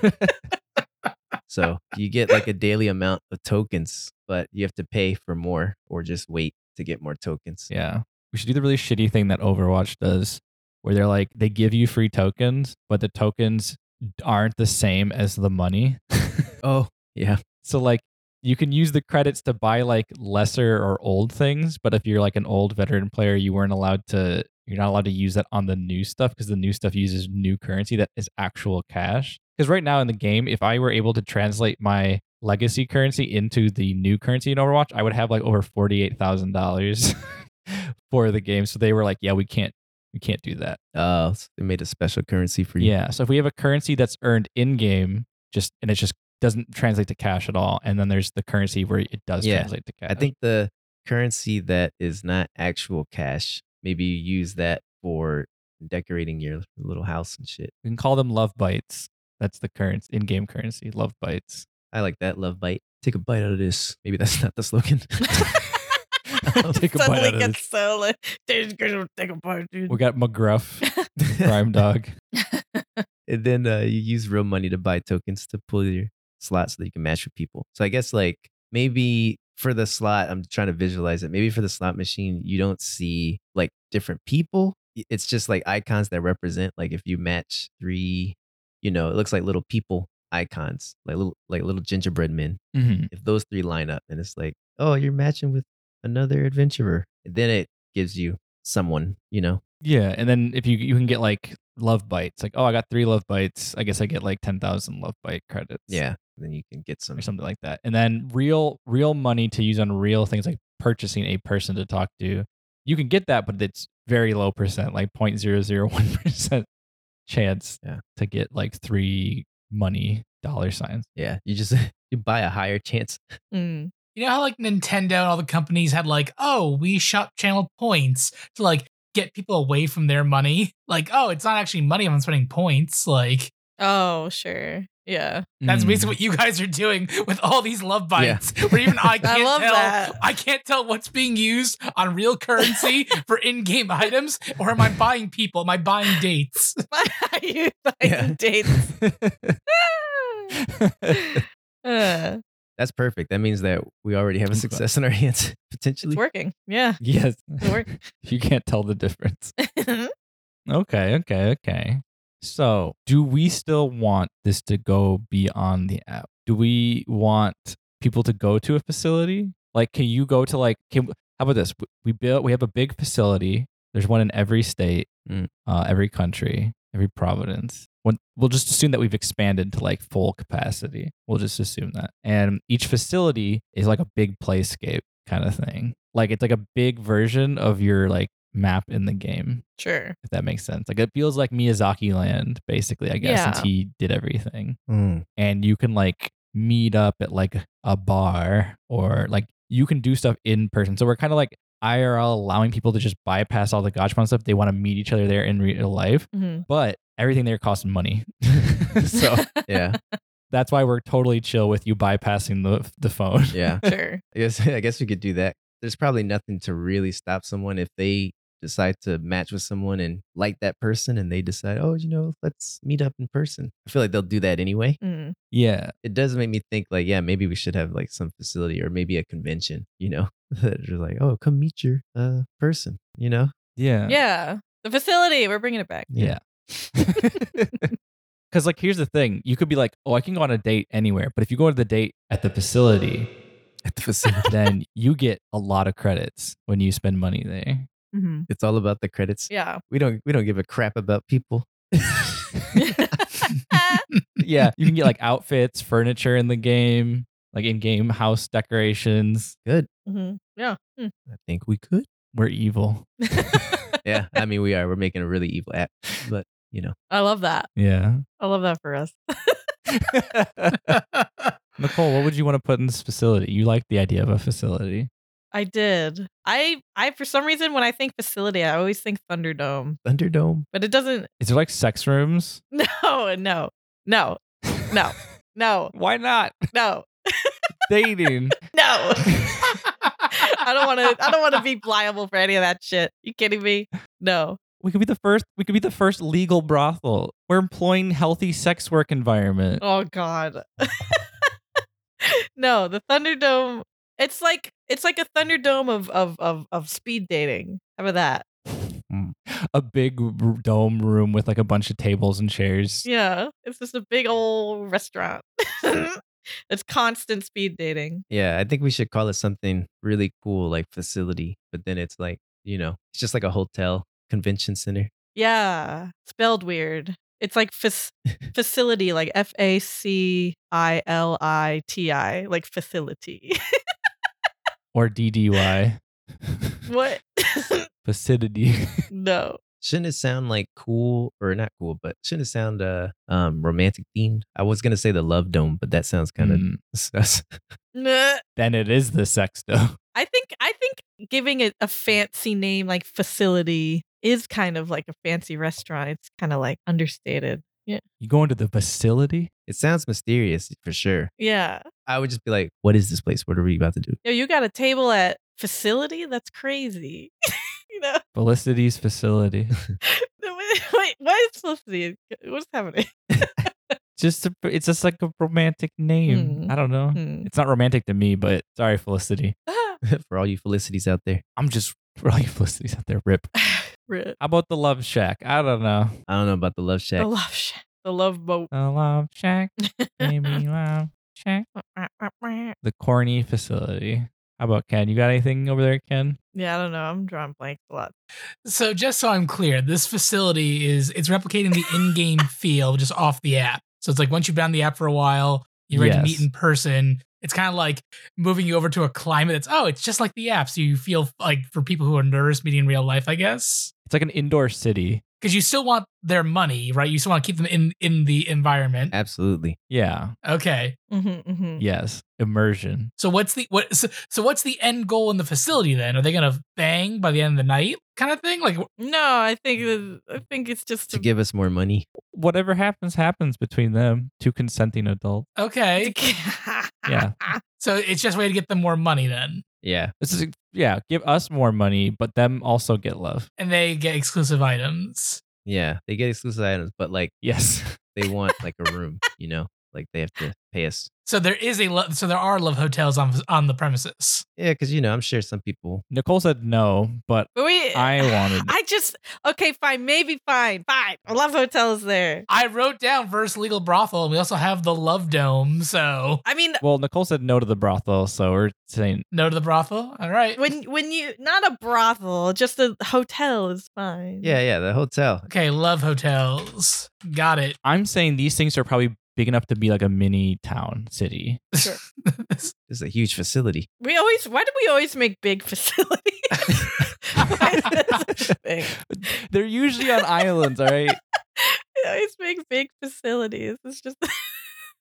Speaker 3: so you get like a daily amount of tokens, but you have to pay for more or just wait to get more tokens.
Speaker 2: yeah, we should do the really shitty thing that Overwatch does, where they're like they give you free tokens, but the tokens aren't the same as the money. (laughs)
Speaker 3: Oh yeah,
Speaker 2: So like you can use the credits to buy like lesser or old things, but if you're like an old veteran player, you weren't allowed to you're not allowed to use that on the new stuff because the new stuff uses new currency that is actual cash. Because right now in the game, if I were able to translate my legacy currency into the new currency in Overwatch, I would have like over forty eight thousand dollars (laughs) for the game. So they were like, Yeah, we can't we can't do that.
Speaker 3: uh, s- they made a special currency for you.
Speaker 2: Yeah. So if we have a currency that's earned in game, just and it just doesn't translate to cash at all, and then there's the currency where it does
Speaker 3: Yeah.
Speaker 2: translate to cash.
Speaker 3: I think the currency that is not actual cash, maybe you use that for decorating your little house and shit.
Speaker 2: we can call them love bites. That's the currency in-game currency, love bites.
Speaker 3: I like that love bite. Take a bite out of this. Maybe that's not the slogan.
Speaker 2: Take a bite
Speaker 4: Suddenly
Speaker 2: out of
Speaker 4: gets
Speaker 2: this.
Speaker 4: so like, "Dude, gonna take a bite, dude."
Speaker 2: We got McGruff, (laughs) Crime Dog.
Speaker 3: and then uh, you use real money to buy tokens to pull your slot so that you can match with people. So I guess like maybe for the slot, I'm trying to visualize it. Maybe for the slot machine, you don't see like different people. I- It's just like icons that represent. Like if you match three, you know, it looks like little people icons, like little like little gingerbread men.
Speaker 2: Mhm.
Speaker 3: If those three line up, and it's like, oh, you're matching with another adventurer, then it gives you someone, you know.
Speaker 2: Yeah, and then if you you can get like love bites, like oh I got three love bites, I guess I get like ten thousand love bite credits.
Speaker 3: Yeah, then you can get some.
Speaker 2: or something like that. And then real real money to use on real things like purchasing a person to talk to. You can get that, but it's very low percent, like 0.001% (laughs) chance
Speaker 3: Yeah.
Speaker 2: to get like three money dollar signs.
Speaker 3: Yeah, you just (laughs) you buy a higher chance.
Speaker 4: (laughs) Mm.
Speaker 5: You know how like Nintendo and all the companies had like, oh, we shop channel points to like get people away from their money. Like, oh, it's not actually money if I'm spending points. Like
Speaker 4: Oh, sure. Yeah. (laughs)
Speaker 5: that's
Speaker 2: Mm.
Speaker 5: basically what you guys are doing with all these love bites. Where
Speaker 4: (laughs)
Speaker 5: even I can't
Speaker 4: love
Speaker 5: tell
Speaker 4: that.
Speaker 5: I can't tell what's being used on real currency for in-game items, or am I buying people? Am I buying dates?
Speaker 4: Are you buying
Speaker 3: Yeah.
Speaker 2: (laughs)
Speaker 4: dates? (laughs) Uh,
Speaker 3: That's perfect. That means that we already have a
Speaker 2: Okay.
Speaker 3: success in our (laughs) hands
Speaker 4: it's
Speaker 3: potentially.
Speaker 4: working. Yeah.
Speaker 2: (laughs) (laughs)
Speaker 4: (laughs)
Speaker 2: Yes.
Speaker 4: It worked.
Speaker 2: (laughs) you can't tell the difference. Okay, okay, okay. So, do we still want this to go beyond the app? Do we want people to go to a facility? Like, can you go to like? Can how about this? We build. We have a big facility. There's one in every state,
Speaker 3: Mm.
Speaker 2: uh, every country, every province. When, we'll just assume that we've expanded to like full capacity. We'll just assume that, and each facility is like a big playscape kind of thing. Like it's like a big version of your like map in the game
Speaker 4: Sure.
Speaker 2: if that makes sense. Like it feels like Miyazaki land, basically, I guess, since
Speaker 4: Yeah.
Speaker 2: he did everything.
Speaker 3: Mm.
Speaker 2: And you can like meet up at like a bar or like you can do stuff in person. So we're kind of like IRL allowing people to just bypass all the Gachapon stuff. They want to meet each other there in real life,
Speaker 4: Mhm. (laughs)
Speaker 2: but everything there costs money. (laughs) so
Speaker 3: Yeah,
Speaker 2: That's why we're totally chill with you bypassing the the phone.
Speaker 3: Yeah.
Speaker 4: Sure.
Speaker 3: I guess (laughs) I guess we could do that. There's probably nothing to really stop someone if they decide to match with someone and like that person and they decide, oh, you know, let's meet up in person. I feel like they'll do that anyway.
Speaker 4: Mm.
Speaker 2: Yeah.
Speaker 3: It does make me think like, yeah, maybe we should have like some facility or maybe a convention, you know, (laughs) that are like, oh, come meet your uh person, you know?
Speaker 2: Yeah.
Speaker 4: Yeah. The facility. We're bringing it back.
Speaker 2: (laughs) Yeah. Because, like, here's the thing you could be like, oh, I can go on a date anywhere. But if you go to the date at the facility,
Speaker 3: At the facility.
Speaker 2: then you get a lot of credits when you spend money there.
Speaker 4: Mm-hmm.
Speaker 3: (laughs) it's all about the credits.
Speaker 4: (laughs) Yeah.
Speaker 3: We don't we don't give a crap about people. (laughs)
Speaker 2: Yeah. You can get (laughs) like outfits, furniture in the game, like in game house decorations.
Speaker 3: Good.
Speaker 4: hmm Yeah. Hmm.
Speaker 3: I think we could. (laughs)
Speaker 2: We're evil.
Speaker 3: Yeah. I mean we are. We're making a really evil app. But you know.
Speaker 4: (laughs) I love that.
Speaker 2: Yeah.
Speaker 4: I love that for us.
Speaker 2: Nicole, what would you want to put in this facility? You like the idea of a facility.
Speaker 4: I did. I I for some reason when I think facility, I always think Thunderdome,
Speaker 3: (laughs) Thunderdome.
Speaker 4: but it doesn't. (laughs)
Speaker 2: Is there like sex rooms?
Speaker 4: No, no, no, no, no,
Speaker 2: (laughs) Why not?
Speaker 4: no,
Speaker 2: Dating.
Speaker 4: no. (laughs) (laughs) I don't want to. I don't want to be liable for any of that shit. You kidding me? No.
Speaker 2: We could be the first. We could be the first legal brothel. We're employing healthy sex work environment.
Speaker 4: Oh God. (laughs) no, the Thunderdome. It's like it's like a Thunderdome of of of of speed dating. How about that?
Speaker 2: Hmm. A big r- dome room with like a bunch of tables and chairs.
Speaker 4: Yeah, it's just a big old restaurant. (laughs) it's constant speed dating.
Speaker 3: Yeah, I think we should call it something really cool, like facility. But then it's like, you know, it's just like a hotel convention center.
Speaker 4: Yeah, spelled weird. It's like fac- facility, like F A C I L I T I, like facility. (laughs)
Speaker 2: Or DDY.
Speaker 4: what? (laughs)
Speaker 2: Facility.
Speaker 4: no.
Speaker 3: Shouldn't it sound like cool or not cool, but shouldn't it sound uh um romantic themed? I was gonna say the love dome, but that sounds kind of
Speaker 2: Mm.
Speaker 3: (laughs) sus.
Speaker 4: Nah.
Speaker 2: Then it is the sex dome.
Speaker 4: I think I think giving it a fancy name like facility is kind of like a fancy restaurant. It's kind of like understated. Yeah.
Speaker 2: You go into the facility?
Speaker 3: It sounds mysterious for sure.
Speaker 4: Yeah.
Speaker 3: I would just be like, What is this place? What are we about to do? (laughs)
Speaker 4: Yo, you got a table at facility? That's crazy. (laughs) you know.
Speaker 2: Felicity's
Speaker 4: (laughs)
Speaker 2: facility.
Speaker 4: Wait, (laughs) what is felicity? What's happening? (laughs)
Speaker 2: just a, it's just like a romantic name.
Speaker 4: Mm.
Speaker 2: I don't know. (laughs)
Speaker 4: Hmm.
Speaker 2: It's not romantic to me, but sorry, Felicity.
Speaker 3: for all you felicities out there.
Speaker 2: I'm just (laughs) really Felicity's out there. Rip.
Speaker 4: Rip.
Speaker 2: How about the love shack? I don't know.
Speaker 3: I don't know about the love shack.
Speaker 4: The love shack. The love boat.
Speaker 2: The love shack,
Speaker 4: (laughs)
Speaker 2: baby (laughs) love shack.
Speaker 4: yeah,
Speaker 2: The corny facility. How about Ken? You got anything over there, Ken?
Speaker 4: I don't know. I'm drawing blanks a lot.
Speaker 5: So just so I'm clear, this facility is it's replicating the in-game feel just off the app. So it's like once you've been on the app for a while, you're ready to meet
Speaker 2: Yes.
Speaker 5: in person. It's kind of like moving you over to a climate that's oh, it's just like the app. So you feel like for people who are nervous meeting in real life, I guess.
Speaker 2: It's like an indoor city.
Speaker 5: Because you still want their money, right? You still want to keep them in in the environment.
Speaker 3: Absolutely.
Speaker 2: Yeah.
Speaker 5: Okay.
Speaker 4: Mm-hmm, mm-hmm.
Speaker 2: Yes. Immersion.
Speaker 5: So what's the what? So, so what's the end goal in the facility then? Are they gonna bang by the end of the night, kind of thing? Like
Speaker 4: No, I think it- I think it's just
Speaker 3: To
Speaker 4: to,
Speaker 3: give us more money.
Speaker 2: Whatever happens, happens between them, two consenting adults.
Speaker 5: okay,
Speaker 2: (laughs)
Speaker 4: Ah.
Speaker 2: Yeah.
Speaker 5: so it's just a way to get them more money then,
Speaker 3: Yeah.
Speaker 2: This is yeah. Give us more money, but them also get love. (laughs)
Speaker 5: and they get exclusive items.
Speaker 3: Yeah. They get exclusive items, but like
Speaker 2: Yes.
Speaker 3: they want like a
Speaker 4: (laughs)
Speaker 3: room, you know? Like they have to pay us.
Speaker 5: So there is a love. So there are love hotels on on the premises.
Speaker 3: Yeah, because you know, I'm sure some people
Speaker 2: Nicole said no, but
Speaker 4: (laughs) But we.
Speaker 2: I wanted-
Speaker 4: (laughs) I just okay, fine, maybe fine, fine. I love hotels there.
Speaker 5: I wrote down verse legal brothel, and we also have the love dome. So
Speaker 4: I mean,
Speaker 2: well, Nicole said no to the brothel, so we're saying
Speaker 5: no to the brothel. All right.
Speaker 4: when when you not a brothel, just a hotel is fine.
Speaker 3: Yeah, yeah, the hotel.
Speaker 5: Okay, love hotels. Got it. (laughs)
Speaker 2: I'm saying these things are probably big enough to be like a mini town city. (laughs)
Speaker 4: Sure.
Speaker 3: This is a huge facility.
Speaker 4: We always. Why do we always make big (laughs) facilities? Why is that
Speaker 2: (laughs)
Speaker 4: such a thing?
Speaker 2: They're usually on islands, all right?
Speaker 4: We always make big facilities. It's just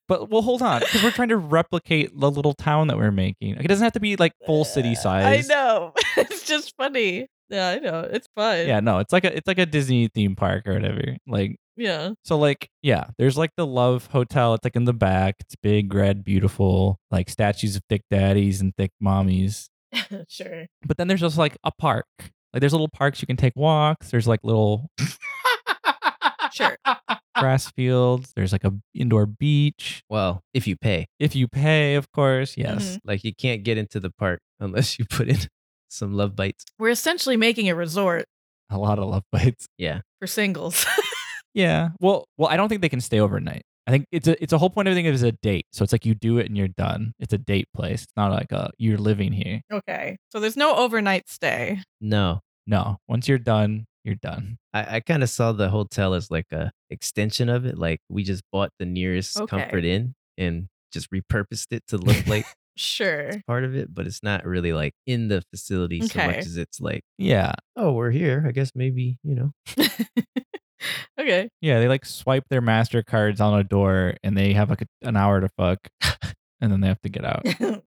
Speaker 2: But well, hold on, because we're trying to replicate the little town that we're making. Like, It doesn't have to be like full city
Speaker 4: (laughs) I
Speaker 2: size.
Speaker 4: know. (laughs) it's just funny. Yeah, I know. It's fun.
Speaker 2: Yeah, no, it's like a it's like a Disney theme park or whatever. Like
Speaker 4: Yeah. (laughs)
Speaker 2: So like, yeah, there's like the Love Hotel. It's like in the back. It's big, red, beautiful, like statues of thick daddies and thick mommies.
Speaker 4: sure.
Speaker 2: But then there's just like a park. Like there's little parks you can take walks. There's like little
Speaker 4: Sure. Ah.
Speaker 2: grass fields. There's like a indoor beach.
Speaker 3: Well, if you pay,
Speaker 2: If you pay, of course. Yes.
Speaker 4: Mhm.
Speaker 3: like you can't get into the park (laughs) unless you put in some love bites.
Speaker 4: We're essentially making a resort
Speaker 2: A lot of love bites.
Speaker 4: for singles. (laughs)
Speaker 2: Yeah. Well, well, I don't think they can stay overnight. I think it's a it's a whole point of everything is a date. So it's like you do it and you're done. It's a date place. It's not like a you're living here.
Speaker 4: okay. So there's no overnight stay.
Speaker 3: No,
Speaker 2: No. Once you're done, you're done.
Speaker 3: I, I kind of saw the hotel as like a extension of it. Like we just bought the nearest
Speaker 4: Okay.
Speaker 3: Comfort Inn and just repurposed it to look like
Speaker 4: (laughs) Sure.
Speaker 3: part of it, but it's not really like in the facility so much
Speaker 4: Okay.
Speaker 3: as it's like,
Speaker 2: Yeah.
Speaker 3: oh, we're here. I guess maybe you know.
Speaker 4: (laughs) okay.
Speaker 2: Yeah, they like swipe their Mastercards on a door, and they have like a, an hour to fuck, (laughs) and then they have to get (laughs) out,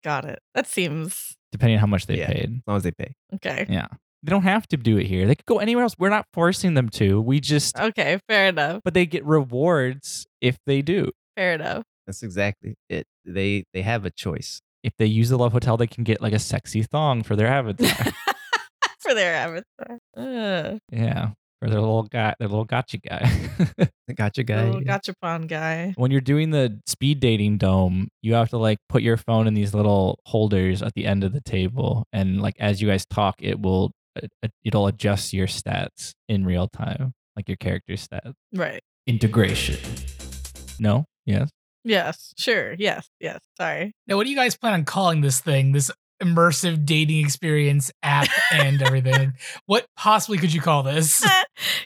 Speaker 4: Got it. That seems
Speaker 2: depending on how much they
Speaker 3: Yeah.
Speaker 2: paid.
Speaker 3: As long as they pay,
Speaker 4: okay.
Speaker 2: Yeah, they don't have to do it here. They could go anywhere else. We're not forcing them to. We just,
Speaker 4: Okay. Fair enough.
Speaker 2: but they get rewards if they do.
Speaker 4: Fair enough.
Speaker 3: that's exactly it. They they have a choice.
Speaker 2: If they use the Love Hotel, they can get like a sexy thong for their avatar.
Speaker 4: (laughs) for their avatar. Uh,
Speaker 2: yeah, for their little guy, their little gotcha guy. (laughs)
Speaker 3: I gotcha, guy.
Speaker 4: little gachapon guy.
Speaker 2: when you're doing the speed dating dome, you have to like put your phone in these little holders at the end of the table, and like as you guys talk, it will it- it'll adjust your stats in real time, like your character stats.
Speaker 4: Right.
Speaker 2: Integration. No. Yes.
Speaker 4: Yes. Sure. Yes. Yes.
Speaker 2: (laughs)
Speaker 4: Sorry. (laughs)
Speaker 5: Now, what do you guys plan on calling this thing? This immersive dating experience app and everything. What possibly could you call this?
Speaker 4: Uh,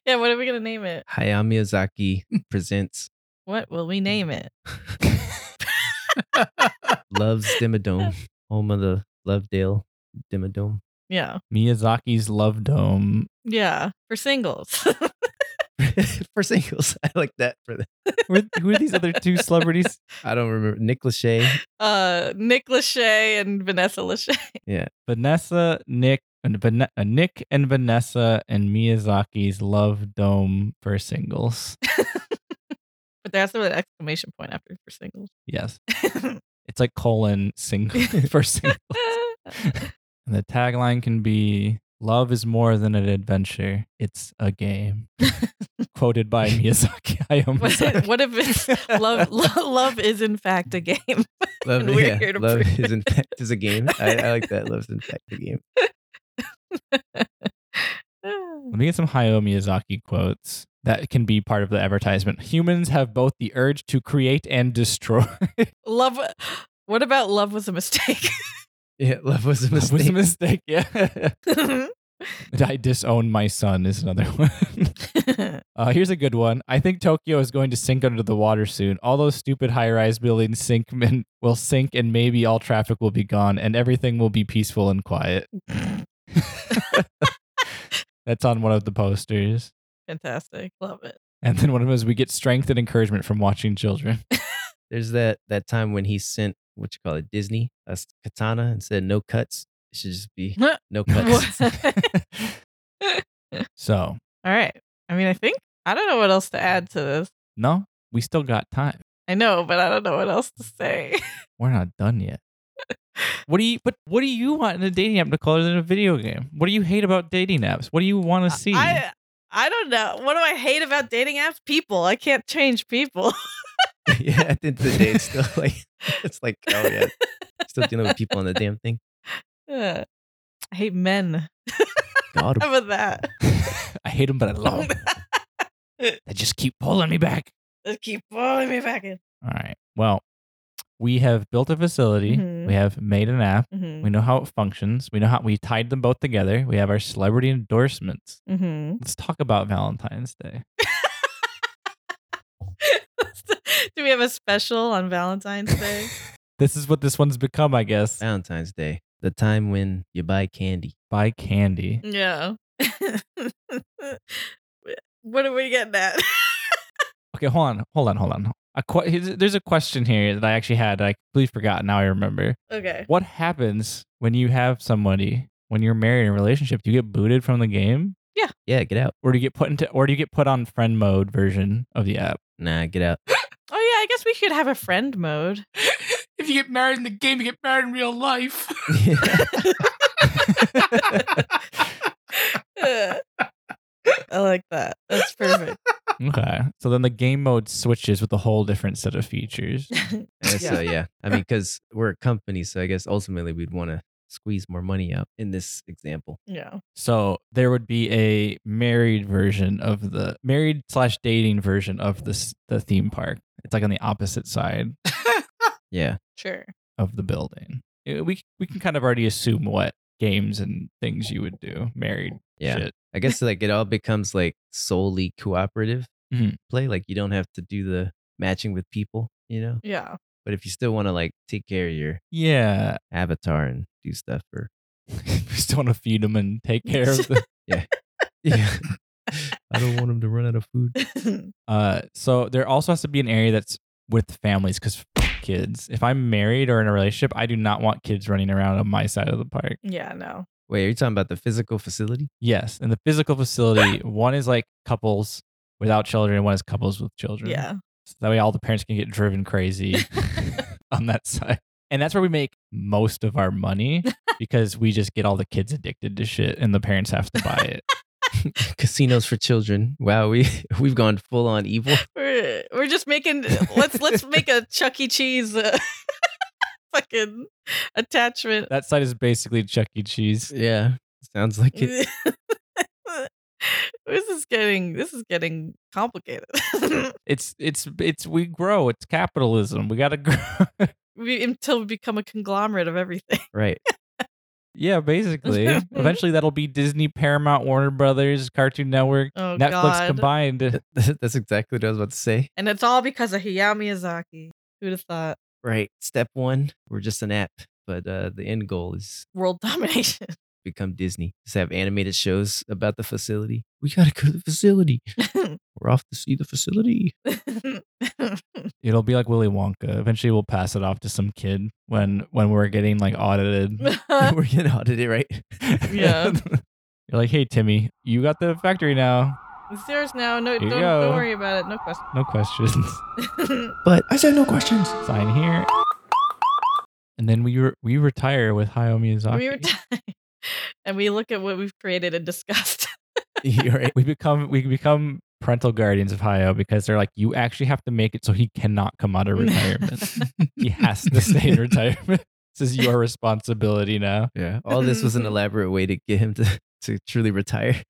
Speaker 4: yeah. What are we gonna name it?
Speaker 3: Hayao (laughs) Miyazaki presents
Speaker 4: What will we name it?
Speaker 3: Love's (laughs) Dimmadome, home of the Lovedale Dimmadome. (laughs)
Speaker 4: Yeah.
Speaker 2: Miyazaki's Love Dome.
Speaker 4: Yeah. For singles. (laughs)
Speaker 3: for singles. (laughs) I like that for that.
Speaker 2: Where, who are these other two celebrities?
Speaker 3: I don't remember Nick Lachey.
Speaker 4: uh, Nick Lachey and Vanessa Lachey. (laughs)
Speaker 2: Vanessa, Nick, and Van- uh, Nick and Vanessa and Miyazaki's Love Dome for singles.
Speaker 4: But there has to be an exclamation point after for
Speaker 3: (laughs)
Speaker 4: singles. (laughs)
Speaker 2: Yes. It's like colon (laughs) single for single. And the tagline can be Love is more than an adventure, it's a
Speaker 4: (laughs)
Speaker 2: game. Quoted by Miyazaki. (laughs) Hayao
Speaker 4: what,
Speaker 2: Miyazaki.
Speaker 4: what if
Speaker 3: (laughs)
Speaker 2: (laughs)
Speaker 4: it's love, love? Love is in fact a game.
Speaker 3: Love,
Speaker 4: And we're here to
Speaker 3: love
Speaker 4: prove
Speaker 3: is (laughs) in fact is a game. I, I like that. Love's in fact a game.
Speaker 2: Let me get some Hayao Miyazaki quotes that can be part of the advertisement. Humans have both the urge to create and destroy. (laughs)
Speaker 4: love. What about love was a mistake? (laughs)
Speaker 3: Yeah, love was a
Speaker 2: That was a
Speaker 3: mistake.
Speaker 2: mistake. (laughs) Yeah. I disown my son is another (laughs) one. Uh, here's a good one. I think Tokyo is going to sink under the water soon. All those stupid high-rise buildings sink (laughs) and will sink, and maybe all traffic will be gone, and everything will be peaceful and quiet. (laughs) That's on one of the posters.
Speaker 4: Fantastic. Love it.
Speaker 2: And then one of them is we get strength and encouragement from watching
Speaker 4: (laughs)
Speaker 2: children.
Speaker 3: (laughs) There's that that time when he sent what you call it Disney a s- katana and said no cuts. It should just (laughs) be no cuts.
Speaker 4: What?
Speaker 2: (laughs) so
Speaker 4: All right. I mean, I think I don't know what else to add to this.
Speaker 2: no, we still got time.
Speaker 4: I know, but I don't know what else to say. (laughs)
Speaker 2: We're not done yet. What do you? But what do you want in a dating app, Nicole, other than a video game? What do you hate about dating apps? What do you want to see?
Speaker 4: I I don't know. What do I hate about dating apps? People. I can't change people.
Speaker 3: yeah, at the end of the day, (laughs) it's still like it's like (laughs) oh yeah, still dealing with people on the damn thing.
Speaker 4: I hate men.
Speaker 3: God,
Speaker 4: How about that?
Speaker 2: (laughs) I hate them, but I love them. they just keep pulling me back.
Speaker 4: (laughs) Just keep pulling me back in.
Speaker 2: All right. Well, we have built a facility.
Speaker 4: Mhm.
Speaker 2: We have made an app.
Speaker 4: Mm-hmm.
Speaker 2: We know how it functions. We know how we tied them both together. We have our celebrity endorsements.
Speaker 4: Mm-hmm. (laughs)
Speaker 2: Let's talk about Valentine's Day.
Speaker 4: Do we have a special on Valentine's Day?
Speaker 2: This is what this one's become, I guess.
Speaker 3: Valentine's Day, the time when you buy candy.
Speaker 2: Buy candy.
Speaker 4: mm. yeah. (laughs) what are we getting at? (laughs)
Speaker 2: Okay, hold on, hold on, hold on. A que- here's- there's a question here that I actually had. that I completely forgot. Now I remember.
Speaker 4: okay.
Speaker 2: What happens when you have somebody when you're married in a relationship? Do you get booted from the game?
Speaker 4: Yeah.
Speaker 3: Yeah, get out.
Speaker 2: Or do you get put into or do you get put on friend mode version of the app?
Speaker 3: Nah, get (laughs) out.
Speaker 4: Oh yeah, I guess we should have a friend mode.
Speaker 5: if you get married in the game, you get married in real life.
Speaker 4: I like that. That's perfect. (laughs)
Speaker 2: Okay. So then the game mode switches with a whole different set of
Speaker 4: (laughs)
Speaker 2: features.
Speaker 3: And So yeah, I mean, because we're a company, so I guess ultimately we'd want to squeeze more money out in this example.
Speaker 4: yeah.
Speaker 2: So there would be a married version of the married slash dating version of this the theme park. It's like on the opposite side
Speaker 3: Yeah,
Speaker 4: Sure.
Speaker 2: of the building. Uh, We we can kind of already assume what games and things you would do married
Speaker 3: yeah.
Speaker 2: shit.
Speaker 3: I guess like it all becomes like solely cooperative
Speaker 2: Mhm.
Speaker 3: play. Like you don't have to do the matching with people, you know.
Speaker 4: Yeah. (laughs)
Speaker 3: But if you still want to like take care of your
Speaker 2: Yeah, (laughs)
Speaker 3: avatar and do stuff, or
Speaker 2: just want to feed them and take care of them.
Speaker 3: yeah, (laughs) I don't want them to run out of (laughs) food.
Speaker 2: Uh, so there also has to be an area that's with families because kids. If I'm married or in a relationship, I do not want kids running around on my side of the park.
Speaker 4: yeah. No.
Speaker 3: Wait, are you talking about the physical facility?
Speaker 2: Yes, and the physical facility one is like couples without children, and one is couples with children.
Speaker 4: Yeah.
Speaker 2: so that way all the parents can get driven crazy (laughs) on that side, and that's where we make most of our money because we just get all the kids addicted to shit, and the parents have to buy it.
Speaker 3: (laughs) Casinos for children. Wow, we (laughs) we've gone full on (laughs) evil.
Speaker 4: We're we're just
Speaker 2: (laughs)
Speaker 4: making let's let's make a Chuck E. Cheese uh, (laughs) fucking attachment.
Speaker 2: that side is basically Chuck E.
Speaker 3: (laughs)
Speaker 2: Cheese.
Speaker 3: Yeah, sounds like
Speaker 2: E.
Speaker 3: (laughs) it.
Speaker 4: this is getting (laughs) this is getting complicated. (laughs)
Speaker 2: It's it's it's we grow. It's capitalism. We gotta (laughs) grow.
Speaker 4: we, until we become a conglomerate of everything. (laughs)
Speaker 3: Right. (laughs)
Speaker 2: yeah, (laughs) basically. Eventually, that'll be Disney, Paramount, Warner Brothers, Cartoon Network,
Speaker 4: Oh
Speaker 2: Netflix
Speaker 4: god.
Speaker 2: combined.
Speaker 3: That's exactly what I was about to say.
Speaker 4: And it's all because of Hayao Miyazaki. Who'd have thought?
Speaker 3: Right. Step one, we're just an app, but uh, the end goal is
Speaker 2: (laughs)
Speaker 4: World (laughs) domination.
Speaker 3: become Disney. Just have animated shows about the facility. We gotta go to the facility. We're off to see the facility. (laughs)
Speaker 2: It'll be like Willy Wonka. Eventually, we'll pass it off to some kid when when we're getting like audited. (laughs)
Speaker 3: we're gonna audit it, right?
Speaker 4: Yeah.
Speaker 2: You're like, hey Timmy, you got the factory now.
Speaker 4: it's yours now. No,
Speaker 2: Here you
Speaker 4: don't, don't
Speaker 2: go.
Speaker 4: worry about it. No
Speaker 2: No questions. (laughs)
Speaker 4: question.
Speaker 3: (laughs)
Speaker 4: (laughs)
Speaker 3: but I said no questions. (laughs)
Speaker 2: Sign here. And then we re- we retire with Hayao Miyazaki.
Speaker 4: we were (laughs) and we look at what we've created and discussed.
Speaker 3: You're (laughs) right.
Speaker 2: we become we become parental guardians of Hayo because they're like, you actually have to make it so he cannot come out of retirement. he has to stay in
Speaker 3: (laughs)
Speaker 2: retirement. (laughs) This is your responsibility now.
Speaker 3: Yeah. All this (laughs) was an elaborate way to get him to, to truly retire.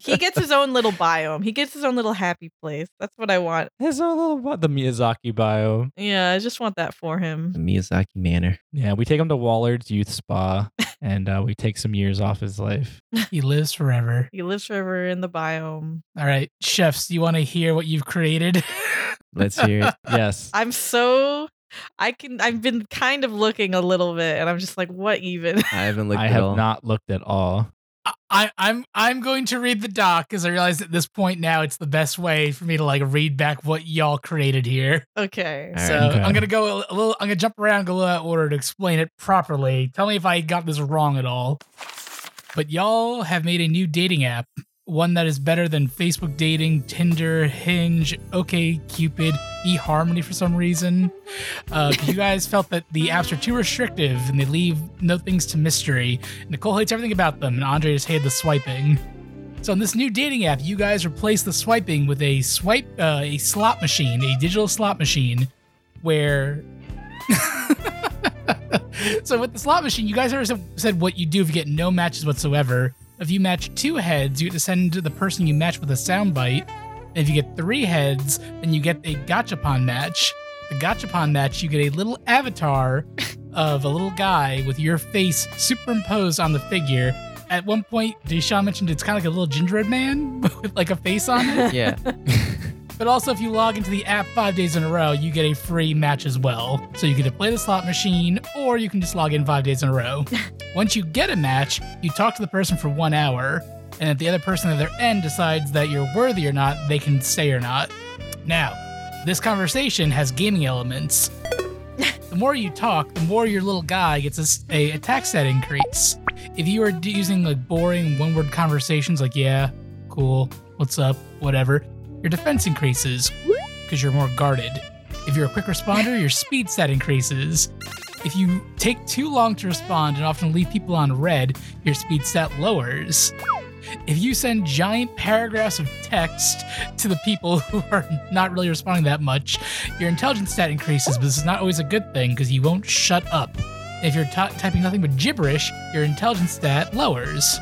Speaker 4: he gets his own little biome. He gets his own little happy place. That's what I want.
Speaker 2: There's a little about the Miyazaki bio.
Speaker 4: Yeah, I just want that for
Speaker 3: The
Speaker 4: him.
Speaker 3: (laughs) Miyazaki Manor.
Speaker 2: Yeah, we take him to Wallard's Youth
Speaker 5: (laughs)
Speaker 2: Spa and uh, we take some years off his life.
Speaker 5: he lives forever.
Speaker 4: He lives forever in the biome.
Speaker 5: All right, chefs, you want to hear what you've created? (laughs)
Speaker 3: Let's hear it.
Speaker 2: Yes.
Speaker 4: I'm so I can I've been kind of looking a little bit and I'm just like, what even?
Speaker 3: (laughs)
Speaker 4: (laughs)
Speaker 3: I haven't looked
Speaker 2: I
Speaker 3: at
Speaker 2: have
Speaker 3: all.
Speaker 2: not looked at all.
Speaker 5: I, I'm I'm going to read the doc because I realize at this point now it's the best way for me to like read back what y'all created here.
Speaker 4: Okay.
Speaker 3: All right.
Speaker 5: so
Speaker 2: Okay.
Speaker 5: Uh, I'm gonna go a little. I'm gonna jump around, go a little out of order to explain it properly. Tell me if I got this wrong at all. But y'all have made a new dating app, one that is better than Facebook dating, Tinder, Hinge, OK Cupid, eHarmony for some reason. Uh, 'cause you guys felt that the apps are too restrictive and they leave no things to mystery. Nicole hates everything about them, and Andre just hated the swiping. So in this new dating app, you guys replace the swiping with a swipe, uh, a slot machine, a digital slot machine where (laughs) so with the slot machine you guys ever said- said what you do if you get no matches whatsoever if you match two heads you get to send the person you match with a soundbite and if you get three heads then you get a gachapon match the gachapon match you get a little avatar of a little guy with your face superimposed on the figure at one point Deshaun mentioned it's kind of like a little gingerbread man (laughs) with like a face on it
Speaker 3: Yeah.
Speaker 5: but also, if you log into the app five days in a row, you get a free match as well. So you can either play the slot machine, or you can just log in five days in a row. Once you get a match, you talk to the person for one hour, and if the other person at their end decides that you're worthy or not, they can stay or not. Now, this conversation has gaming elements. The more you talk, the more your little guy gets a, s- a attack stat increase. if you are d- using like boring one word conversations like yeah, cool, what's up, whatever, your defense increases because you're more guarded. If you're a quick responder, your speed stat increases. If you take too long to respond and often leave people on red, your speed stat lowers. If you send giant paragraphs of text to the people (laughs) who are not really responding that much, your intelligence stat increases, but this is not always a good thing because you won't shut up. If you're ty- typing nothing but gibberish, your intelligence stat lowers.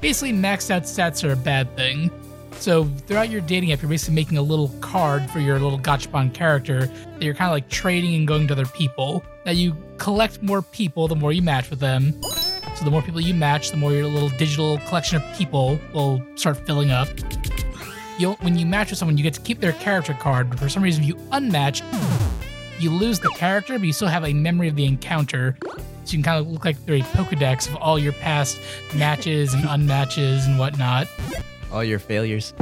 Speaker 5: Basically, maxed out stats are a bad thing. So, throughout your dating app, you're basically making a little card for your little gachapon character that you're kind of like trading and going to other people. Now, you collect more people the more you match with them. So, the more people you match, the more your little digital collection of people will start filling up you'll when you match with someone, you get to keep their character card. But for some reason, if you unmatch, you lose the character, but you still have a memory of the encounter. So you can kind of look like through a Pokedex of all your past matches and unmatches and whatnot.
Speaker 3: All your failures.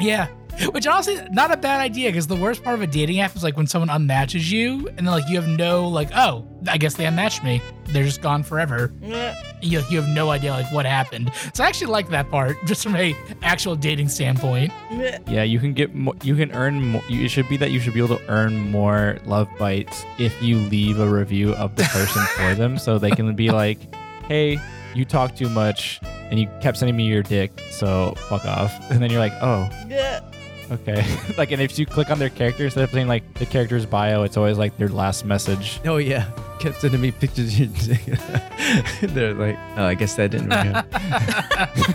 Speaker 5: Yeah. Which honestly, not a bad idea because the worst part of a dating app is like when someone unmatches you and then like you have no like oh I guess they unmatched me they're just gone forever And you you have no idea like what happened so I actually like that part (laughs) just from a actual dating standpoint
Speaker 2: Yeah, you can get mo- you can earn more. It should be that you should be able to earn more love bites if you leave a review of the
Speaker 5: (laughs)
Speaker 2: person for them, so they can be like, "Hey, you talk too much, and you kept sending me your dick, so fuck off." And then you're like, "Oh, okay." (laughs) like, and if you click on their character instead of saying like the character's bio, it's always like their last message.
Speaker 3: Oh yeah, kept sending me pictures. (laughs) of your dick. They're like, oh, I guess that didn't work out.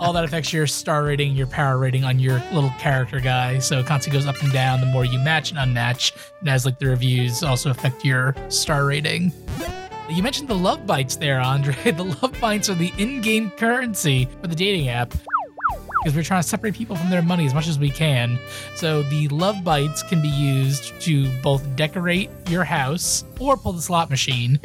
Speaker 5: all that affects your star rating, your power rating on your little character guy. So it constantly goes up and down the more you match and unmatch. And as like the reviews also affect your star rating. You mentioned the love bites there, Andre. (laughs) The love bites are the in-game currency for the dating app. Because we're trying to separate people from their money as much as we can. So the love bites can be used to both decorate your house or pull the slot machine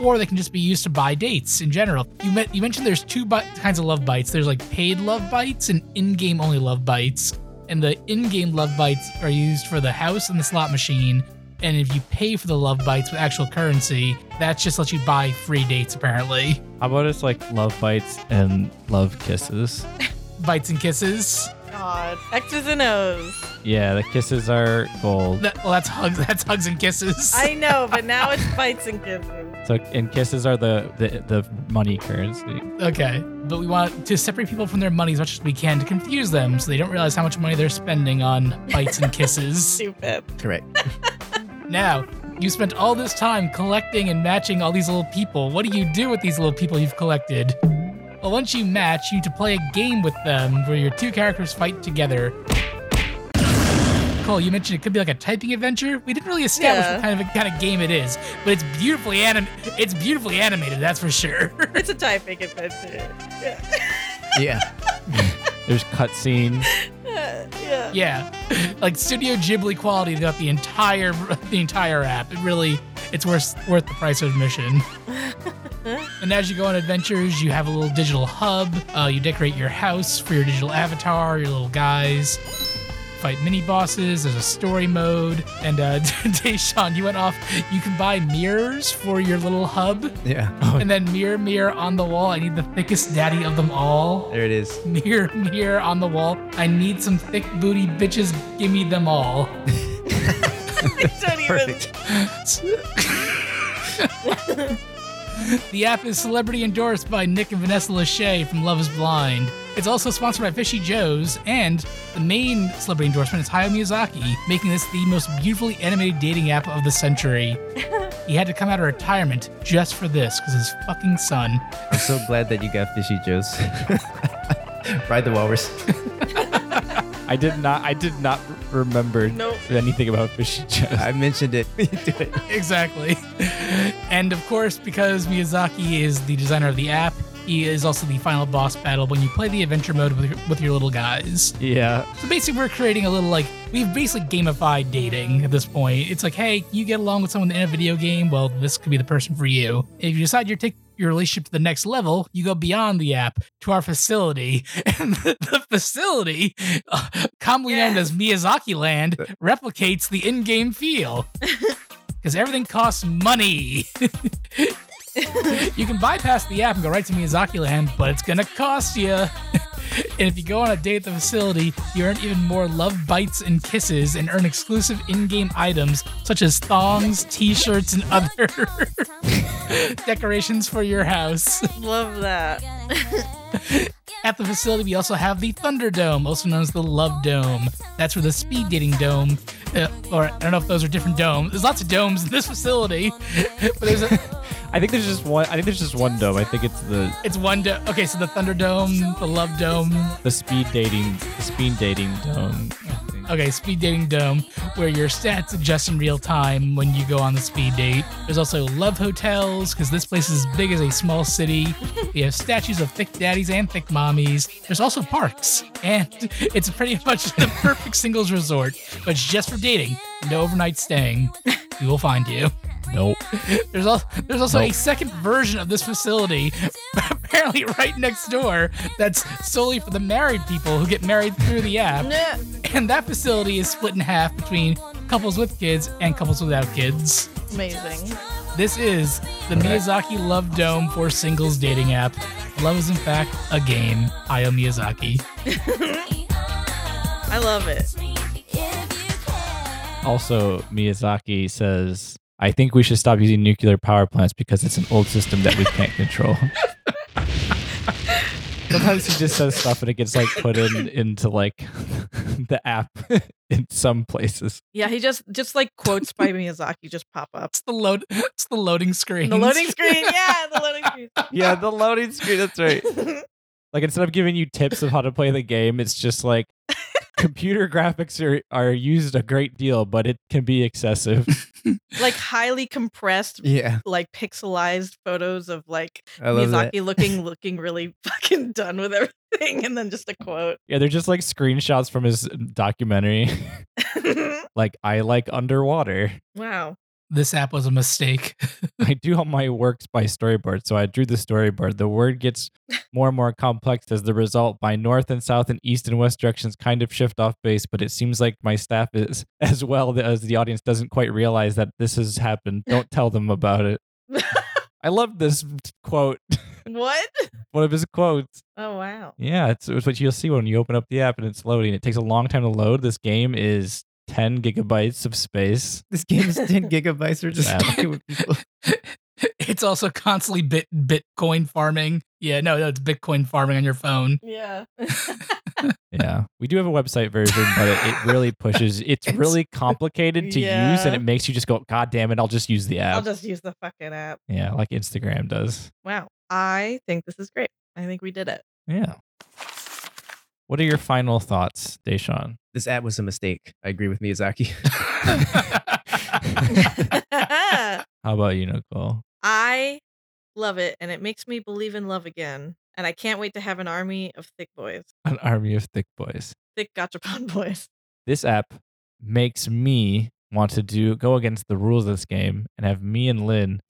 Speaker 5: or they can just be used to buy dates in general. You, met, you mentioned there's two bi- kinds of love bites. There's like paid love bites and in-game only love bites. And the in-game love bites are used for the house and the slot machine. And if you pay for the love bites with actual currency, that just lets you buy free dates apparently.
Speaker 2: How about it's like love bites and love (laughs) kisses?
Speaker 5: Bites and kisses.
Speaker 4: God. X's and O's.
Speaker 2: Yeah, the kisses are gold.
Speaker 5: That, well, that's hugs. (laughs) That's hugs and kisses.
Speaker 4: I know, but now it's bites and kisses.
Speaker 2: So, and kisses are the the, the money currency.
Speaker 5: Okay. But we want to separate people from their money as much as we can to confuse them so they don't realize how much money they're spending on bites and
Speaker 4: (laughs)
Speaker 5: kisses.
Speaker 4: Stupid.
Speaker 3: (laughs) Correct.
Speaker 5: Now, you spent all this time collecting and matching all these little people. What do you do with these little people you've collected? Well, once you match, you need to play a game with them where your two characters fight together. Cole, you mentioned it could be like a typing adventure. We didn't really establish
Speaker 4: Yeah.
Speaker 5: what kind of kind of game it is, but it's beautifully anim- it's beautifully animated, that's for sure. (laughs)
Speaker 4: It's a typing adventure. Yeah.
Speaker 3: Yeah.
Speaker 2: There's cutscenes.
Speaker 4: yeah.
Speaker 5: yeah. (laughs) Like Studio Ghibli quality throughout the entire (laughs) the entire app. It really it's worth worth the price of admission. And as you go on adventures, you have a little digital hub. Uh, you decorate your house for your digital avatar, your little guys. Fight mini bosses. There's a story mode. And uh, (laughs) Deshaun, you went off. You can buy mirrors for your little hub,
Speaker 3: Yeah. Oh,
Speaker 5: and then mirror, mirror on the wall. I need the thickest daddy of them all.
Speaker 3: there it is.
Speaker 5: Mirror, mirror on the wall. I need some thick booty bitches. Give me them all.
Speaker 4: Don't
Speaker 3: (laughs)
Speaker 4: even-
Speaker 3: Perfect.
Speaker 5: The app is celebrity endorsed by Nick and Vanessa Lachey from Love is Blind. It's also sponsored by Fishy Joe's, and the main celebrity endorsement is Hayao Miyazaki, making this the most beautifully animated dating app of the century. he had to come out of retirement just for this, because his fucking son.
Speaker 3: I'm so glad that you got Fishy Joe's. (laughs) Ride the walrus.
Speaker 2: I did not. I did not r- remember
Speaker 4: Nope.
Speaker 2: anything about fishy (laughs) Joe's.
Speaker 3: I mentioned it. (laughs) You do it.
Speaker 5: (laughs) Exactly. And of course, because Miyazaki is the designer of the app, he is also the final boss battle when you play the adventure mode with your, with your little guys.
Speaker 2: Yeah,
Speaker 5: So basically, we're creating a little like we've basically gamified dating at this point. It's like, hey, you get along with someone in a video game. Well, this could be the person for you. If you decide you're taking your relationship to the next level, you go beyond the app to our facility, (laughs) and the, the facility, uh, commonly known
Speaker 4: Yeah.
Speaker 5: as Miyazaki Land, replicates the in-game feel. because everything costs money. (laughs) you can bypass the app and go right to Miyazaki Land, but it's gonna cost you. and if you go on a date at the facility, you earn even more love bites and kisses and earn exclusive in-game items such as thongs, t-shirts, and other (laughs) decorations for your house.
Speaker 4: Love that.
Speaker 5: At the facility, we also have the Thunderdome, also known as the Love Dome. That's where the speed dating dome, uh, or I don't know if those are different domes. There's lots of domes in this facility, but there's a,
Speaker 2: I think there's just one. I think there's just one dome. I think it's the
Speaker 5: it's one dome. Okay, so the Thunderdome, the Love Dome,
Speaker 2: the speed dating, the speed dating dome.
Speaker 5: Okay, speed dating dome, where your stats adjust in real time when you go on the speed date. There's also love hotels, because this place is as big as a small city. We have statues of thick daddies and thick mommies. There's also parks, and (laughs) it's pretty much the perfect singles resort, but it's just for dating. No overnight staying. We will find you.
Speaker 2: Nope.
Speaker 5: (laughs) There's also there's also a
Speaker 2: Nope.
Speaker 5: second version of this facility, (laughs) apparently right next door. That's solely for the married people who get married through the app.
Speaker 4: Nah.
Speaker 5: And that facility is split in half between couples with kids and couples without kids.
Speaker 4: Amazing.
Speaker 5: This is the Miyazaki Love Dome for singles dating app. Love is in fact a game. Hayao Miyazaki.
Speaker 4: I love it.
Speaker 2: Also, Miyazaki says, "I think we should stop using nuclear power plants because it's an old system that we can't control." Sometimes he just says stuff and it gets like put in into like (laughs) the app (laughs) in some places.
Speaker 4: Yeah, he just just like quotes by Miyazaki just pop up.
Speaker 5: It's the load. It's the loading screen.
Speaker 4: The loading screen, yeah, the loading screen.
Speaker 2: Yeah, the loading screen. That's right. Like instead of giving you tips of how to play the game, it's just like computer graphics are, are used a great deal, but it can be excessive.
Speaker 4: (laughs) like highly compressed,
Speaker 3: Yeah,
Speaker 4: like pixelized photos of like
Speaker 3: I love that.
Speaker 4: Miyazaki looking looking really (laughs) fucking done with everything, and then just a quote. (laughs)
Speaker 2: Yeah, they're just like screenshots from his documentary. (laughs) like I like underwater.
Speaker 4: wow.
Speaker 5: This app was a mistake. (laughs)
Speaker 2: I do all my works by storyboard. So I drew the storyboard. The word gets more and more complex as the result. My north and south and east and west directions kind of shift off base, but it seems like my staff is (laughs) as well as the audience doesn't quite realize that this has happened. Don't tell them about it. I love this quote.
Speaker 4: (laughs)
Speaker 2: (laughs)
Speaker 4: What?
Speaker 2: One of his quotes.
Speaker 4: Oh wow.
Speaker 2: Yeah, it's, it's what you'll see when you open up the app and it's loading. It takes a long time to load. This game is 10 gigabytes of space.
Speaker 3: this game is ten gigabytes. We're just
Speaker 2: Wow.
Speaker 3: fucking with people.
Speaker 5: it's also constantly bit Bitcoin farming. Yeah, no, no, it's Bitcoin farming on your phone.
Speaker 4: Yeah.
Speaker 2: Yeah, we do have a website version, but it, it
Speaker 4: (laughs)
Speaker 2: really pushes. It's
Speaker 5: It's-
Speaker 2: really complicated to use,
Speaker 4: Yeah.
Speaker 2: and it makes you just go, "God damn it! I'll just use the
Speaker 4: I'll
Speaker 2: app."
Speaker 4: just use the fucking app.
Speaker 2: yeah, like Instagram does.
Speaker 4: Wow. I think this is great. I think we did it. (laughs)
Speaker 2: Yeah. What are your final thoughts,
Speaker 4: (laughs)
Speaker 2: (laughs) Deshawn?
Speaker 3: This app was a mistake. I agree with Miyazaki. (laughs)
Speaker 2: How about you, Nicole?
Speaker 4: I love it, and it makes me believe in love again. And I can't wait to have an army of thick boys,
Speaker 2: An army of thick boys.
Speaker 4: thick gachapon (laughs) boys.
Speaker 2: This app makes me want to do go against the rules of this game and have me and
Speaker 4: (laughs)
Speaker 2: Lynn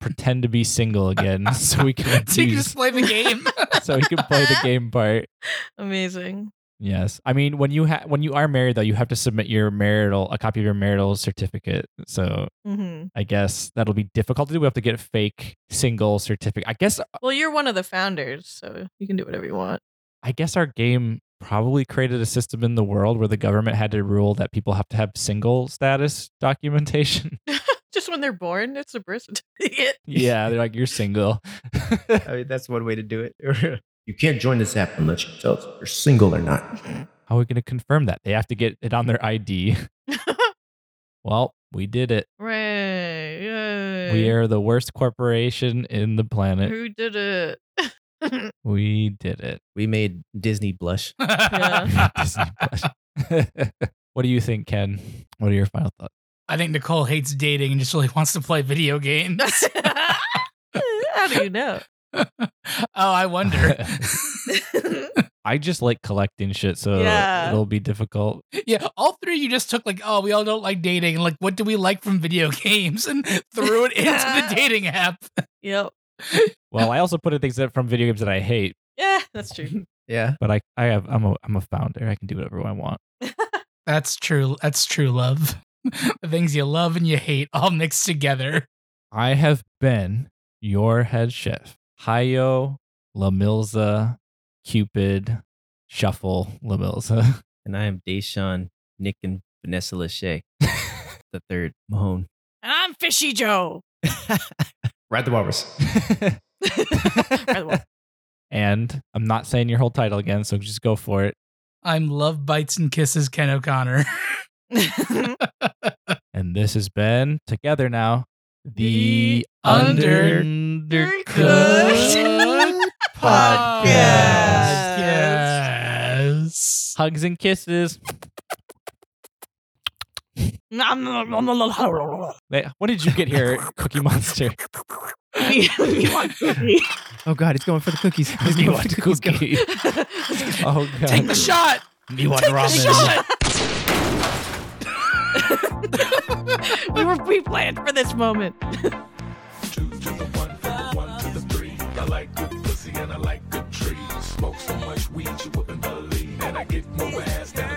Speaker 2: pretend to be single again, so we can
Speaker 5: so you can
Speaker 2: abuse-
Speaker 5: just play the game.
Speaker 2: so we can play the game part.
Speaker 4: Amazing.
Speaker 2: Yes, I mean when you ha- when you are married though, you have to submit your marital a copy of your marital certificate. So
Speaker 4: hmm
Speaker 2: I guess that'll be difficult to do. We have to get a fake single certificate. I guess
Speaker 4: Well, you're one of the founders, so you can do whatever you want.
Speaker 2: I guess our game probably created a system in the world where the government had to rule that people have to have single status (laughs) documentation.
Speaker 4: Just when they're born, it's a birth (laughs) certificate.
Speaker 2: yeah, they're like you're single.
Speaker 3: I mean, that's one way to do it. (laughs) you can't join this app unless you tell us if you're single or not.
Speaker 2: How are we going to confirm that? They have to get it on their ID. (laughs) well, we did it.
Speaker 4: Right. Yay.
Speaker 2: We are the worst corporation in the planet.
Speaker 4: Who did it? (laughs)
Speaker 2: We did it.
Speaker 3: We made Disney blush.
Speaker 2: (laughs)
Speaker 5: (laughs)
Speaker 4: Yeah.
Speaker 2: Disney Plus. what do you think, Ken? What are your final thoughts?
Speaker 5: I think Nicole hates dating and just really wants to play
Speaker 4: (laughs)
Speaker 5: video games. (laughs)
Speaker 4: How do you (laughs) know?
Speaker 5: oh,
Speaker 2: (laughs)
Speaker 5: I wonder.
Speaker 2: I just like collecting shit, so
Speaker 4: Yeah.
Speaker 2: it'll be difficult.
Speaker 5: yeah, all three of you just took like, oh, we all don't like dating. Like, what do we like from video (laughs) games? And threw it into the dating app.
Speaker 4: Yep.
Speaker 2: Well, I also put in things that from video games that I hate,
Speaker 4: Yeah, that's true.
Speaker 3: Yeah.
Speaker 2: but I, I have I'm a I'm a founder. I can do whatever I want.
Speaker 5: That's true. That's true love. (laughs) the things you love and you hate all mixed together.
Speaker 2: I have been your head chef. Hayo Lamilza Cupid Shuffle Lamilza.
Speaker 3: And I am Deshaun, Nick, and Vanessa Lachey, the third Mahone.
Speaker 4: (laughs) And I'm Fishy Joe.
Speaker 3: Ride the walrus.
Speaker 4: By the (laughs) way,
Speaker 2: (laughs) and I'm not saying your whole title again, so just go for it.
Speaker 5: I'm Love Bites and Kisses Ken O'Connor. (laughs)
Speaker 2: And this has been together now the,
Speaker 5: Under-
Speaker 2: Undercooked
Speaker 4: Podcast.
Speaker 5: Yes.
Speaker 2: Hugs and kisses. Wait, What did you get here, Cookie Monster?
Speaker 4: (laughs) you want (laughs) cookie?
Speaker 3: Oh God, it's going for the cookies. It's
Speaker 2: (laughs) You
Speaker 3: going
Speaker 2: want
Speaker 3: for the cookies.
Speaker 2: cookie?
Speaker 3: (laughs)
Speaker 2: Oh god.
Speaker 4: (laughs)
Speaker 5: Take the shot.
Speaker 2: You want
Speaker 5: Take the
Speaker 2: ramen?
Speaker 5: shot.
Speaker 4: (laughs) we were we planned for this moment.
Speaker 6: pussy and I like good trees. Smoke so much weed you wouldn't believe. And I get more ass than